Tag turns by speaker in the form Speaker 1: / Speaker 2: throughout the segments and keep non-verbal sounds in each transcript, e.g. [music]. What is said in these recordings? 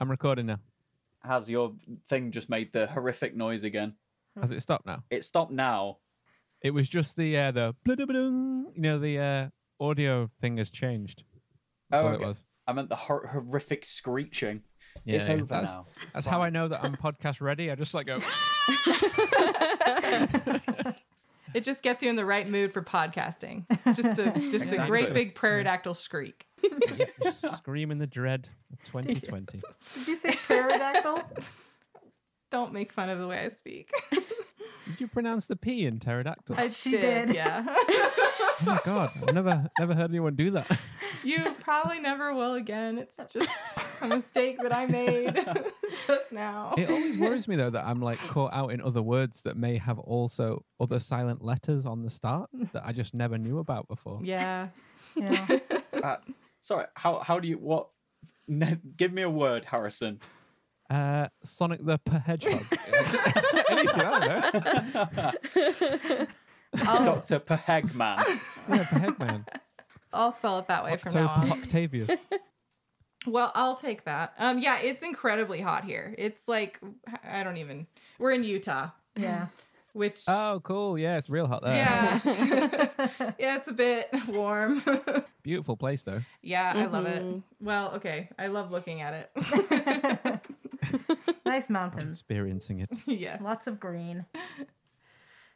Speaker 1: I'm recording now.
Speaker 2: Has your thing just made the horrific noise again?
Speaker 1: Has it stopped now?
Speaker 2: It stopped now.
Speaker 1: It was just the uh, the bludubudung, you know the uh, audio thing has changed. That's
Speaker 2: Oh,
Speaker 1: all
Speaker 2: okay.
Speaker 1: it was.
Speaker 2: I meant the hor- horrific screeching.
Speaker 1: Yeah,
Speaker 2: it's
Speaker 1: yeah.
Speaker 2: over
Speaker 1: That's-
Speaker 2: now.
Speaker 1: That's how I know that I'm podcast ready. I just like go. [laughs]
Speaker 3: It just gets you in the right mood for podcasting. Just a just a
Speaker 2: Exactly.
Speaker 3: great big pterodactyl screak.
Speaker 1: Scream in the dread of 2020.
Speaker 4: Did you say pterodactyl?
Speaker 3: Don't make fun of the way I speak.
Speaker 1: Did you pronounce the P in pterodactyl?
Speaker 3: [laughs] I
Speaker 4: She did.
Speaker 3: Yeah. [laughs]
Speaker 1: Oh my god, I've never never heard anyone do that.
Speaker 3: you probably never will again. It's just a mistake that I made [laughs] just now.
Speaker 1: It always worries me though that I'm like caught out in other words that may have also other silent letters on the start that I just never knew about before.
Speaker 3: Yeah.
Speaker 4: [laughs] yeah.
Speaker 2: Uh, sorry, how how do you what? [laughs] Ne- give me a
Speaker 1: [laughs]
Speaker 2: word, Harrison. [laughs]
Speaker 1: Uh, Sonic the P-
Speaker 3: [laughs]
Speaker 1: Hedgehog. Anything, I don't know.
Speaker 2: Doctor Pehegman.
Speaker 1: Oh. Yeah, P- Hedman.
Speaker 3: I'll spell it that way from
Speaker 1: So
Speaker 3: now on. [laughs]
Speaker 1: Octavius.
Speaker 3: Well, I'll take that. Um, yeah, it's incredibly hot here. It's like I don't even. We're in Utah,
Speaker 4: Yeah.
Speaker 3: which
Speaker 1: Oh, cool. Yeah, it's real hot there.
Speaker 3: yeah, yeah, it's a bit warm. [laughs]
Speaker 1: Beautiful place though.
Speaker 3: yeah, I love it. Mm-hmm. Well, okay, I love looking at it.
Speaker 4: [laughs]
Speaker 3: [laughs]
Speaker 4: nice mountains.
Speaker 1: Experiencing it.
Speaker 3: yeah,
Speaker 4: Lots of green.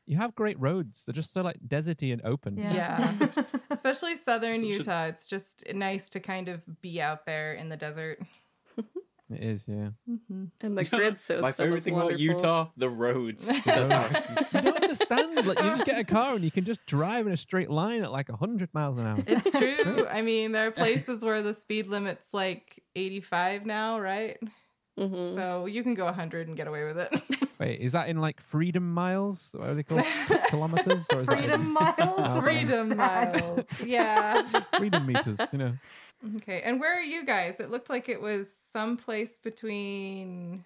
Speaker 1: You have great roads. They're just so like deserty and open.
Speaker 4: Yeah. [laughs]
Speaker 3: yeah. Especially southern
Speaker 2: Should-
Speaker 3: Utah, it's just nice to kind of be out there in the [laughs] desert.
Speaker 1: It is, yeah.
Speaker 4: Mm-hmm.
Speaker 2: [laughs]
Speaker 5: And the grid so
Speaker 2: My
Speaker 5: still
Speaker 2: favorite
Speaker 5: is
Speaker 2: thing
Speaker 5: wonderful.
Speaker 2: about Utah: the roads.
Speaker 1: [laughs] Roads.
Speaker 2: Says Harrison.
Speaker 1: You don't understand. Like you just get a car and you can just drive in a straight line at like hundred miles an
Speaker 3: [laughs]
Speaker 1: hour.
Speaker 3: It's true. I mean, there are places where the speed limit's like 85 now, right?
Speaker 5: Mhm.
Speaker 3: So you can go 100 and get away [laughs] with it.
Speaker 1: Wait, is that in like freedom miles? What are they
Speaker 3: [laughs]
Speaker 1: called? Kilometers or is
Speaker 4: Freedom miles.
Speaker 1: Oh,
Speaker 4: [laughs]
Speaker 3: Freedom [laughs] miles. Yeah.
Speaker 1: that in freedom meters? You know,
Speaker 3: Okay. And where are you guys? It looked like it was someplace between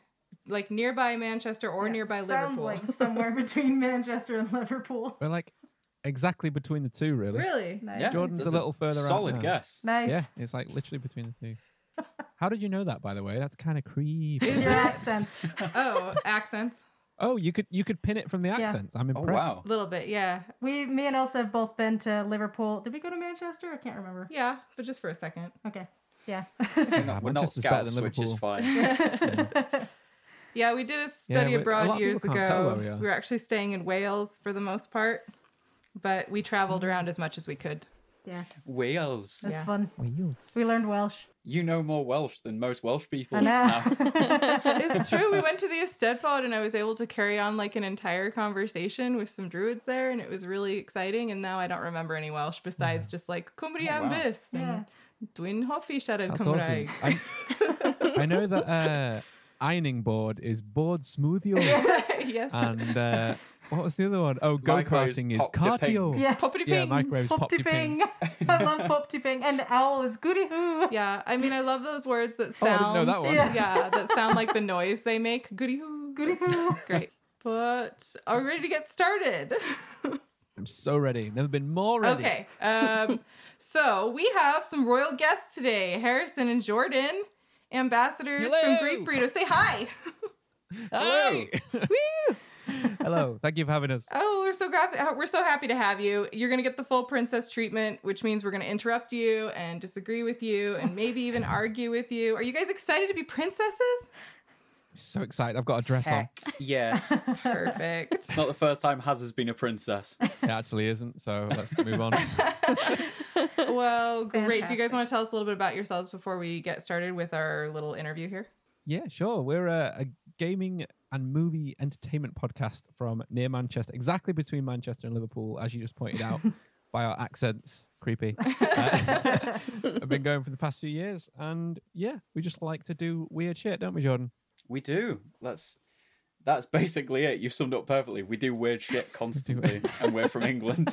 Speaker 3: like nearby Manchester or
Speaker 4: Yeah,
Speaker 3: nearby
Speaker 4: sounds
Speaker 3: Liverpool.
Speaker 4: like somewhere between Manchester and
Speaker 3: [laughs]
Speaker 4: Liverpool.
Speaker 1: we're like exactly between the two, really.
Speaker 3: really?
Speaker 4: Nice.
Speaker 2: Yeah.
Speaker 1: Jordan's a
Speaker 2: That's a
Speaker 1: little further out
Speaker 2: Solid
Speaker 1: now.
Speaker 2: guess.
Speaker 4: Nice.
Speaker 1: Yeah, it's like literally between the two. How did you know that, by the way? That's kind of creepy.
Speaker 3: Is
Speaker 4: Your
Speaker 3: it?
Speaker 4: accent.
Speaker 3: Oh, accents.
Speaker 1: Oh, you could you could pin it from the accents. I'm
Speaker 2: Oh
Speaker 1: impressed.
Speaker 2: wow.
Speaker 3: A little bit. Yeah.
Speaker 4: We, me and Elsa have both been to Liverpool. Did we go to Manchester? I can't remember.
Speaker 3: Yeah. But just for a second.
Speaker 4: Okay.
Speaker 3: [laughs]
Speaker 4: Yeah. [laughs]
Speaker 2: Hang on,
Speaker 1: Ah,
Speaker 2: We're not
Speaker 1: Manchester's better
Speaker 2: scouts,
Speaker 1: than
Speaker 2: which is
Speaker 1: Liverpool.
Speaker 2: fine.
Speaker 3: Yeah. We did a study
Speaker 1: we- a lot
Speaker 3: abroad
Speaker 1: of
Speaker 3: years
Speaker 1: people can't tell
Speaker 3: ago.
Speaker 1: where we are.
Speaker 3: we were actually staying in Wales for the most part, but we traveled around as much as we could.
Speaker 4: yeah.
Speaker 2: Wales.
Speaker 4: That's
Speaker 3: Yeah.
Speaker 4: fun.
Speaker 1: Wheels.
Speaker 4: We learned Welsh.
Speaker 2: You know more Welsh than most Welsh people. Uh,
Speaker 4: I know.
Speaker 2: now.
Speaker 4: [laughs]
Speaker 3: it's true. We went to the Estedfod and I was able to carry on like an entire conversation with some druids there, and it was really exciting. And now I don't remember any Welsh besides just like Cymru
Speaker 2: Oh,
Speaker 3: am
Speaker 2: wow.
Speaker 3: byth
Speaker 4: Yeah.
Speaker 3: and Dwi'n hoffi siarad
Speaker 1: That's awesome.
Speaker 3: Cymraeg.
Speaker 1: I, I know that uh, ironing board is board smoothie
Speaker 3: [laughs]
Speaker 1: oil.
Speaker 3: yes.
Speaker 1: and uh, what was the other one? Oh, go
Speaker 2: Microwaves
Speaker 1: karting is
Speaker 2: pop to ping.
Speaker 1: cardio.
Speaker 4: Yeah.
Speaker 3: Poppity
Speaker 1: Yeah,
Speaker 3: ping.
Speaker 1: microwaves pop to ping.
Speaker 4: Pop-tipping. [laughs] I love pop tipping. And the owl is goody hoo.
Speaker 3: yeah, I mean, I love those words that
Speaker 1: Oh, I
Speaker 3: sound.
Speaker 1: didn't know that one.
Speaker 4: Yeah.
Speaker 3: Yeah, that sound like the noise they make. Goody hoo,
Speaker 4: Goody
Speaker 3: That's-
Speaker 4: hoo.
Speaker 3: That's great. But are we ready to get started? [laughs]
Speaker 1: I'm so ready. Never been more ready.
Speaker 3: okay. Um, so we have some royal guests today: Harrison and Jordan, ambassadors
Speaker 1: Hello.
Speaker 3: from Greek Burrito. Say hi. [laughs]
Speaker 1: Hello. Hello. Thank you for having us.
Speaker 3: Oh, we're so gra- we're so happy to have you. You're gonna get the full princess treatment, which means we're gonna interrupt you and disagree with you, and maybe even argue with you. Are you guys excited to be princesses?
Speaker 1: So excited. I've got a dress on.
Speaker 2: Heck
Speaker 1: [laughs]
Speaker 2: yes.
Speaker 3: Perfect.
Speaker 2: It's not the first time Haz has been a princess.
Speaker 1: It actually isn't. So let's move on.
Speaker 3: [laughs] Well, great. Do you guys
Speaker 4: Fantastic.
Speaker 3: want to tell us a little bit about yourselves before we get started with our little interview here?
Speaker 1: Yeah, sure. We're a, a gaming and movie entertainment podcast from near Manchester, exactly between Manchester and Liverpool, as you just pointed out by our accents. Creepy. Uh, [laughs] I've been going for the past few years, and yeah, we just like to do weird shit, don't we, Jordan?
Speaker 2: We do. That's that's basically it. You've summed up perfectly. We do weird shit constantly, and we're from England.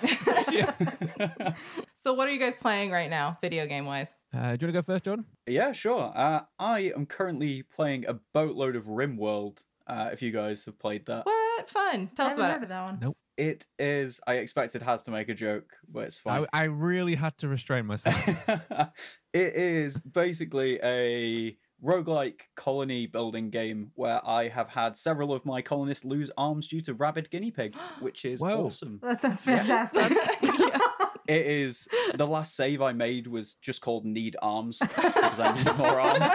Speaker 3: So, what are you guys playing right now, video game wise?
Speaker 1: Uh, do you want to go first, Jordan?
Speaker 2: Yeah, sure. Uh, I am currently playing a boatload of RimWorld. Uh, if you guys have played that,
Speaker 3: What fun! Tell
Speaker 4: I
Speaker 3: us about
Speaker 4: remember
Speaker 3: it.
Speaker 4: that one.
Speaker 1: Nope.
Speaker 2: it is. I expected Haz to make a joke, but it's fine.
Speaker 1: I, I
Speaker 2: [laughs]
Speaker 1: really had to restrain myself.
Speaker 2: it is basically a roguelike colony building game where I have had several of my colonists lose arms due to rabid guinea pigs, which is
Speaker 1: Whoa.
Speaker 2: awesome.
Speaker 4: That sounds
Speaker 2: Yeah.
Speaker 4: fantastic.
Speaker 3: [laughs]
Speaker 2: It is the last save I made was just called Need
Speaker 3: [laughs]
Speaker 2: Arms because I need more arms.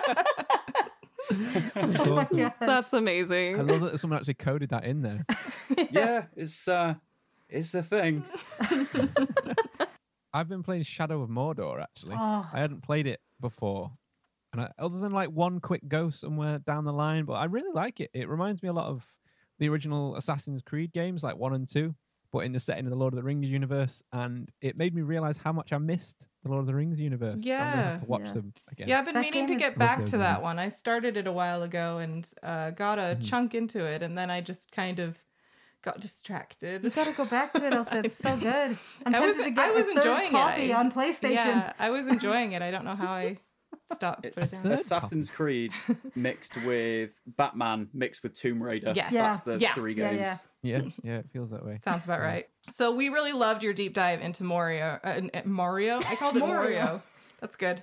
Speaker 1: That's
Speaker 4: oh my [laughs]
Speaker 1: awesome.
Speaker 4: gosh.
Speaker 5: That's amazing.
Speaker 1: I love that someone actually coded that in there.
Speaker 2: Yeah, it's uh it's a thing.
Speaker 1: I've been playing Shadow of Mordor actually.
Speaker 4: Oh,
Speaker 1: I hadn't played it before, and I, other than like one quick go somewhere down the line, but I really like it. It reminds me a lot of the original Assassin's Creed games, like one and two, but in the setting of the Lord of the Rings universe, and it made me realize how much I missed the Lord of the Rings universe. so I'm gonna
Speaker 3: Yeah.
Speaker 1: have to watch
Speaker 5: Yeah.
Speaker 1: them again.
Speaker 3: Yeah, I've been
Speaker 4: That
Speaker 3: meaning
Speaker 4: game
Speaker 3: to
Speaker 4: is-
Speaker 3: get
Speaker 1: Love
Speaker 3: back
Speaker 1: those
Speaker 3: to that
Speaker 1: ones.
Speaker 3: one. I started it a while ago and uh, got a
Speaker 1: Mhm.
Speaker 3: chunk into it, and then I just kind of got distracted.
Speaker 4: you gotta go back to it, Elsa.
Speaker 3: [laughs]
Speaker 4: It's so
Speaker 1: [laughs]
Speaker 4: good. I'm
Speaker 3: I
Speaker 4: tempted
Speaker 3: was-
Speaker 4: to
Speaker 3: I
Speaker 4: get
Speaker 3: was
Speaker 4: a third
Speaker 3: enjoying it.
Speaker 4: copy
Speaker 3: I-
Speaker 4: on PlayStation. [laughs]
Speaker 3: Yeah, I was enjoying it. I don't know how I stopped.
Speaker 2: It's
Speaker 3: but-
Speaker 1: Third
Speaker 2: Assassin's
Speaker 1: copy.
Speaker 2: Creed mixed with Batman mixed with Tomb Raider.
Speaker 3: Yes.
Speaker 2: That's
Speaker 3: Yeah.
Speaker 2: the
Speaker 3: Yeah.
Speaker 2: three
Speaker 4: Yeah,
Speaker 2: games.
Speaker 4: yeah.
Speaker 3: [laughs]
Speaker 1: yeah, yeah, it feels that way.
Speaker 3: Sounds about
Speaker 1: Yeah.
Speaker 3: right. So we really loved your deep dive into Mario. Uh, n- uh, Mario, I called it Mario.
Speaker 4: Mario.
Speaker 3: That's
Speaker 4: [laughs]
Speaker 3: good.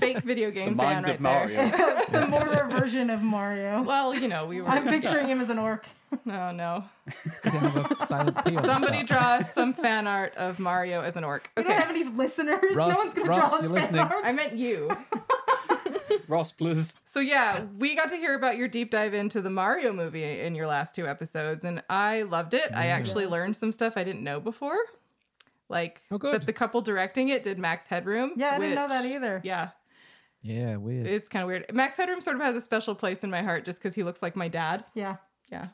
Speaker 3: Fake video game fan
Speaker 2: minds
Speaker 3: right
Speaker 2: of Mario.
Speaker 3: [laughs] there.
Speaker 4: it's the Mora version of Mario.
Speaker 3: Well, you know, we were.
Speaker 4: I'm picturing him as an orc.
Speaker 3: [laughs] Oh no!
Speaker 1: Did it have
Speaker 3: [laughs]
Speaker 1: a silent P on the
Speaker 3: Somebody
Speaker 1: start?
Speaker 3: draw some fan art of Mario as an orc.
Speaker 4: We don't
Speaker 3: Okay,
Speaker 4: have any listeners. no
Speaker 1: Ross-
Speaker 4: one's gonna
Speaker 1: Ross,
Speaker 4: draw us
Speaker 1: you're
Speaker 4: fan
Speaker 1: listening.
Speaker 4: art.
Speaker 3: I meant you.
Speaker 2: Ross plus
Speaker 3: So yeah, we got to hear about your deep dive into the Mario movie in your last two episodes, and I loved it. I
Speaker 1: Yeah.
Speaker 3: actually learned some stuff I didn't know before, like
Speaker 1: Oh, good.
Speaker 3: that the couple directing it did Max Headroom.
Speaker 4: yeah, I didn't know that
Speaker 3: which-
Speaker 4: either.
Speaker 3: Yeah,
Speaker 1: Yeah, weird.
Speaker 3: it's kind of weird. Max Headroom sort of has a special place in my heart just because he looks like my dad.
Speaker 4: Yeah. [laughs]
Speaker 3: Yeah,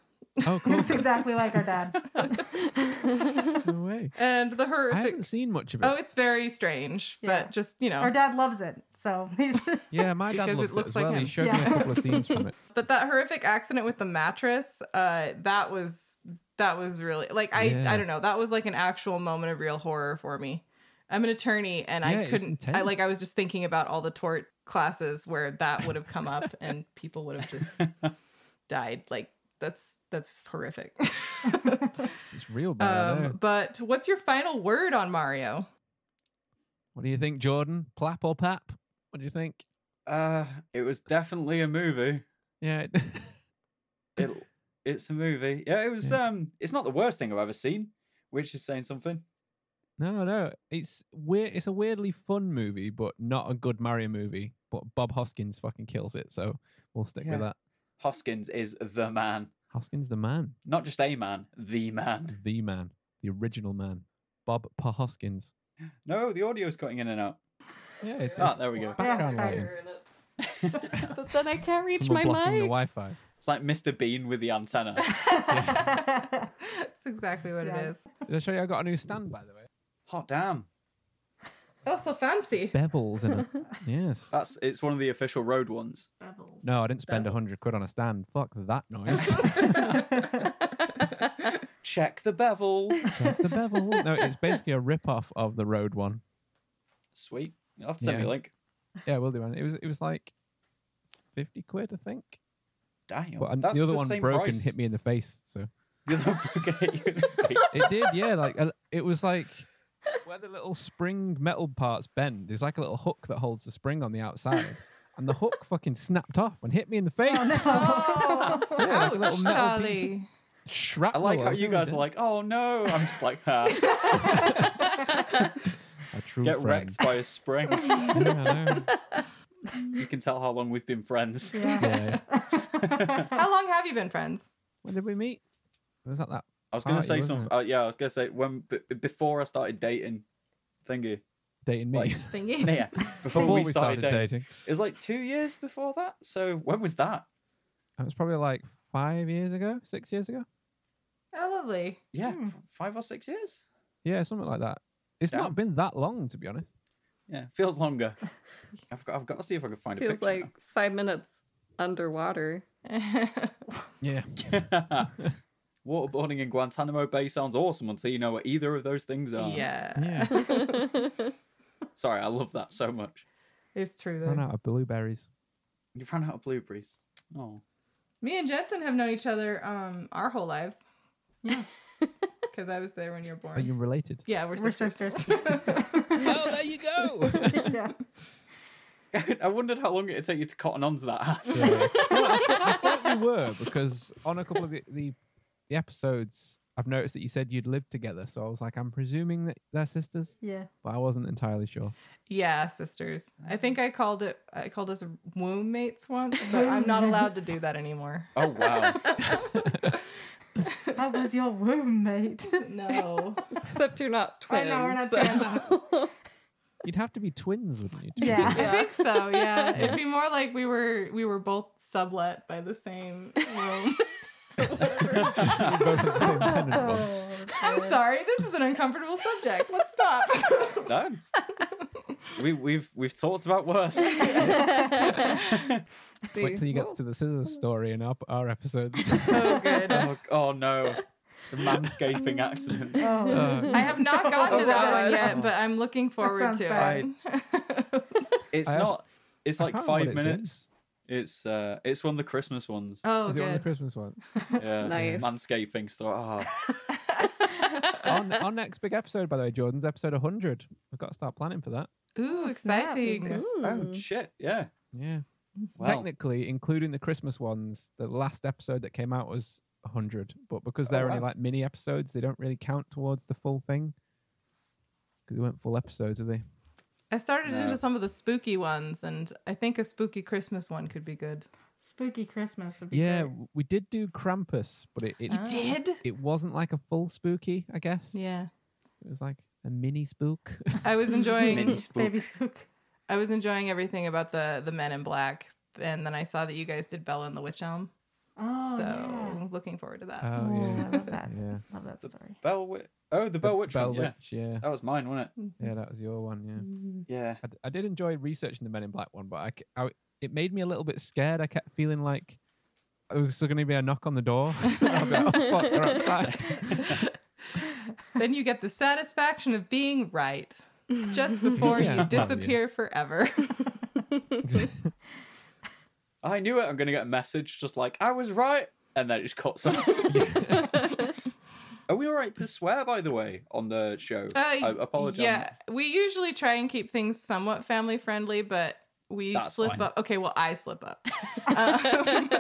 Speaker 1: oh,
Speaker 4: He
Speaker 1: cool.
Speaker 3: [laughs]
Speaker 4: looks exactly like our dad.
Speaker 1: [laughs] No way.
Speaker 3: and the
Speaker 1: I
Speaker 3: horrific.
Speaker 1: haven't seen much of it.
Speaker 3: Oh, [laughs] it's very strange,
Speaker 4: Yeah.
Speaker 3: but just you know,
Speaker 4: Our dad loves it. So he's
Speaker 1: yeah, my dad
Speaker 3: because it
Speaker 1: loves it,
Speaker 3: looks
Speaker 1: as
Speaker 3: like
Speaker 1: well. He
Speaker 3: him.
Speaker 1: showed me
Speaker 4: Yeah.
Speaker 1: a couple of scenes
Speaker 3: [laughs]
Speaker 1: from it.
Speaker 3: But that horrific accident with the mattress, uh, that was that was really like I
Speaker 1: Yeah.
Speaker 3: I don't know that was like an actual moment of real horror for me. I'm an attorney and
Speaker 1: Yeah,
Speaker 3: I
Speaker 1: it's
Speaker 3: couldn't I like
Speaker 1: intense.
Speaker 3: I was just thinking about all the tort classes where that would have come up and people would have just
Speaker 1: [laughs]
Speaker 3: died. Like that's that's horrific.
Speaker 1: It's real bad. eh? I know.
Speaker 3: um, but what's your final word on [laughs] Mario?
Speaker 1: What do you think, Jordan? Plap or pap? What do you think?
Speaker 2: uh it was definitely a movie.
Speaker 1: Yeah. [laughs]
Speaker 2: It it's a movie. Yeah, it was
Speaker 1: Yeah.
Speaker 2: um it's not the worst thing I've ever seen, which is saying something.
Speaker 1: no, no. It's weird. It's a weirdly fun movie, but not a good Mario movie. But Bob Hoskins fucking kills it, so we'll stick
Speaker 2: Yeah.
Speaker 1: with that.
Speaker 2: Hoskins is the man.
Speaker 1: Hoskins, the man,
Speaker 2: Not just a man, the man.
Speaker 1: the man, the original man, Bob P. Hoskins.
Speaker 2: No, the audio's cutting in and out.
Speaker 1: Yeah. it-
Speaker 2: Ah, there we go.
Speaker 1: Background lighting.
Speaker 4: [laughs]
Speaker 5: But then I can't reach
Speaker 1: Someone
Speaker 5: my
Speaker 1: blocking the
Speaker 5: mic.
Speaker 1: Wi-Fi.
Speaker 2: It's like Mr. Bean with the antenna.
Speaker 4: [laughs]
Speaker 3: That's exactly what it
Speaker 4: Yes.
Speaker 3: is.
Speaker 1: Did I show you? I got a new stand, by
Speaker 5: [laughs]
Speaker 1: the way.
Speaker 2: [laughs] Hot damn.
Speaker 3: Oh, so fancy.
Speaker 1: Bevels
Speaker 5: [laughs]
Speaker 1: in it. Yes.
Speaker 2: That's it's one of the official road ones.
Speaker 1: No, I didn't spend a hundred quid on a stand. Fuck that
Speaker 5: [laughs]
Speaker 1: noise.
Speaker 3: [laughs]
Speaker 2: Check the bevel.
Speaker 1: Check the bevel. No, it's basically a rip-off of the road one.
Speaker 2: [laughs] Sweet. You'll have to send me
Speaker 1: Yeah.
Speaker 2: a link.
Speaker 1: Yeah, we'll do one. It was it was like fifty quid, I think.
Speaker 2: Damn.
Speaker 1: But an-
Speaker 2: that's
Speaker 1: the other one
Speaker 2: same
Speaker 1: broke
Speaker 2: price.
Speaker 1: and hit me in the face. So
Speaker 2: [laughs] The other one broke and hit you in the face.
Speaker 1: it did, yeah. Like a- it was like where the little spring metal parts bend. There's like a little hook that holds the spring on the outside, and the hook fucking snapped off and hit me in the face.
Speaker 4: Oh,
Speaker 1: [laughs]
Speaker 3: Oh,
Speaker 4: [laughs]
Speaker 1: Yeah, like a little
Speaker 3: ouch,
Speaker 1: metal piece of
Speaker 3: Charlie.
Speaker 2: I
Speaker 1: Shrapnel.
Speaker 2: like how
Speaker 1: or whatever
Speaker 2: you
Speaker 1: it
Speaker 2: guys
Speaker 1: is.
Speaker 2: are like, oh no. I'm just like,
Speaker 1: [laughs]
Speaker 2: ah,
Speaker 1: a true
Speaker 2: get
Speaker 1: friend.
Speaker 2: wrecked by
Speaker 1: [laughs]
Speaker 2: a spring.
Speaker 1: Yeah, I
Speaker 2: [laughs]
Speaker 1: know.
Speaker 2: you can tell how long we've been friends.
Speaker 4: yeah.
Speaker 1: Yeah.
Speaker 3: How long have you been friends?
Speaker 1: When did we meet? It was at that.
Speaker 2: I was gonna
Speaker 1: Party,
Speaker 2: say
Speaker 1: wasn't
Speaker 2: something. Uh, yeah, I was gonna say when b- before I started dating, thingy.
Speaker 1: [laughs] Dating me.
Speaker 2: Like,
Speaker 3: Thingy. [laughs]
Speaker 2: Yeah, before,
Speaker 1: Before
Speaker 2: we started, dating.
Speaker 1: dating.
Speaker 2: it was like two years before that. So when was that?
Speaker 1: That was probably like five years ago, six years ago.
Speaker 3: Oh, lovely.
Speaker 2: Yeah,
Speaker 4: Hmm.
Speaker 2: f- five or six years.
Speaker 1: Yeah, something like that. It's
Speaker 2: Damn.
Speaker 1: not been that long, to be honest.
Speaker 2: Yeah, feels longer. I've got, I've got to see if I can find
Speaker 5: Feels
Speaker 2: a
Speaker 5: like
Speaker 2: picture.
Speaker 5: five minutes
Speaker 4: [laughs]
Speaker 5: underwater. [laughs]
Speaker 1: Yeah.
Speaker 2: now. [laughs] Waterboarding in Guantanamo Bay sounds awesome until you know what either of those things are.
Speaker 3: yeah.
Speaker 1: Yeah.
Speaker 3: [laughs]
Speaker 2: Sorry, I love that so much.
Speaker 3: It's true
Speaker 1: Run
Speaker 3: though.
Speaker 1: out of blueberries.
Speaker 2: You ran out of blueberries. Oh,
Speaker 3: Me and Jensen have known each other um our whole lives. [laughs]
Speaker 4: Yeah.
Speaker 3: Because I was there when you were
Speaker 1: Are
Speaker 3: born.
Speaker 1: you
Speaker 3: [laughs]
Speaker 1: related?
Speaker 3: Yeah, we're
Speaker 4: We're [laughs]
Speaker 3: sisters.
Speaker 4: sisters.
Speaker 1: oh, there you go.
Speaker 4: yeah.
Speaker 2: [laughs] I wondered how long it'd take you to cotton on to that
Speaker 1: [laughs]
Speaker 2: ass.
Speaker 1: Yeah. No, I, thought, I thought we were because on a couple of the, the, the episodes, I've noticed that you said you'd lived together. So I was like, I'm presuming that they're sisters,
Speaker 4: Yeah.
Speaker 1: but I wasn't entirely sure.
Speaker 3: [laughs] Yeah, sisters. I think I called it. I called us womb mates once, but
Speaker 1: [laughs]
Speaker 3: I'm not allowed to do that anymore.
Speaker 2: [laughs] Oh wow.
Speaker 4: That was
Speaker 3: [laughs]
Speaker 4: your roommate.
Speaker 3: No.
Speaker 5: Except you're not
Speaker 4: I
Speaker 5: twins.
Speaker 4: know, we're not
Speaker 5: twins.
Speaker 1: You'd have to be twins, wouldn't you? to be
Speaker 4: Yeah.
Speaker 1: [laughs]
Speaker 5: Yeah.
Speaker 3: I think so. Yeah, it'd be more like we were we were both sublet by the same [laughs] room.
Speaker 1: You both had the same tenant once.
Speaker 4: Oh,
Speaker 3: I'm
Speaker 4: dear.
Speaker 3: sorry. This is an uncomfortable subject. Let's stop.
Speaker 2: No. [laughs] We we've we've talked about worse. [laughs] Oh,
Speaker 5: [laughs]
Speaker 1: Wait till you get to the scissors story in our, our episodes.
Speaker 3: [laughs] oh, good.
Speaker 2: oh, oh no. The manscaping accident.
Speaker 4: Oh.
Speaker 1: Uh,
Speaker 3: [laughs] I have
Speaker 4: [laughs]
Speaker 3: not gotten to that one yet,
Speaker 2: Oh.
Speaker 3: but I'm looking forward
Speaker 4: sounds
Speaker 3: to
Speaker 4: bad.
Speaker 3: it.
Speaker 2: It's
Speaker 1: I asked-
Speaker 2: not it's
Speaker 1: I
Speaker 2: like
Speaker 1: can't remember what
Speaker 2: five
Speaker 1: it's in.
Speaker 2: minutes. It's uh it's one of the Christmas ones.
Speaker 3: [laughs] oh,
Speaker 1: Is it one of the
Speaker 3: good.
Speaker 1: Christmas one?
Speaker 2: Yeah.
Speaker 5: Nice.
Speaker 2: Manscaping stuff. Oh,
Speaker 1: On our next big episode, by the way, Jordan's episode 100. We've got to start planning for that.
Speaker 3: [laughs] Ooh,
Speaker 4: Oh, snap.
Speaker 3: exciting.
Speaker 5: Hmm.
Speaker 2: oh shit, yeah.
Speaker 1: Yeah.
Speaker 2: Wow.
Speaker 1: Technically, including the Christmas ones, the last episode that came out was 100. But because they're
Speaker 2: Oh,
Speaker 1: only
Speaker 2: wow.
Speaker 1: like mini episodes, they don't really count towards the full thing. Because they weren't full episodes, were they?
Speaker 3: I started
Speaker 2: No.
Speaker 3: into some of the spooky ones, and I think a spooky Christmas one could be good.
Speaker 4: Spooky Christmas would be
Speaker 1: Yeah,
Speaker 4: great.
Speaker 1: w- we did do Krampus, but it, it,
Speaker 2: Ah.
Speaker 4: Oh.
Speaker 3: Did?
Speaker 1: it wasn't like a full spooky, I guess.
Speaker 3: Yeah.
Speaker 1: It was like a mini spook.
Speaker 3: I was
Speaker 2: Mini
Speaker 3: enjoying
Speaker 2: spook.
Speaker 4: [laughs] Baby spook.
Speaker 3: I was enjoying everything about the the Men in Black, and then I saw that you guys did Bella and the Witch Elm.
Speaker 4: Oh,
Speaker 3: so
Speaker 4: yeah.
Speaker 3: looking forward to that.
Speaker 1: Oh,
Speaker 4: [laughs] Oh,
Speaker 1: yeah.
Speaker 4: I love that.
Speaker 1: Yeah.
Speaker 4: Love that story.
Speaker 2: Bell Witch. Oh, the Bell
Speaker 1: The [laughs]
Speaker 2: Witch.
Speaker 1: Bell
Speaker 2: one, yeah.
Speaker 1: Witch, yeah.
Speaker 2: That was mine, wasn't
Speaker 1: Yeah, that was your one, yeah.
Speaker 2: it? Yeah.
Speaker 1: I, d- I did enjoy researching the Men in Black one, but I c I it made me a little bit scared. I kept feeling like "Oh, it was still going to be a knock on the door. [laughs] I'll be like, oh, fuck, they're outside.
Speaker 4: [laughs]
Speaker 3: then you get the satisfaction of being right
Speaker 5: Hmm.
Speaker 4: [laughs]
Speaker 3: just before
Speaker 1: Yeah.
Speaker 3: you disappear forever.
Speaker 2: I knew it. I'm going to get a message just like, I was right. And then it just cuts off.
Speaker 5: [laughs]
Speaker 2: Are we all right to swear, by the way, on the show?
Speaker 3: Uh,
Speaker 2: I apologize.
Speaker 3: Yeah, we usually try and keep things somewhat family friendly, but we
Speaker 2: That's
Speaker 3: slip
Speaker 2: fine.
Speaker 3: up. Okay, well, I slip
Speaker 4: [laughs]
Speaker 3: up. Um,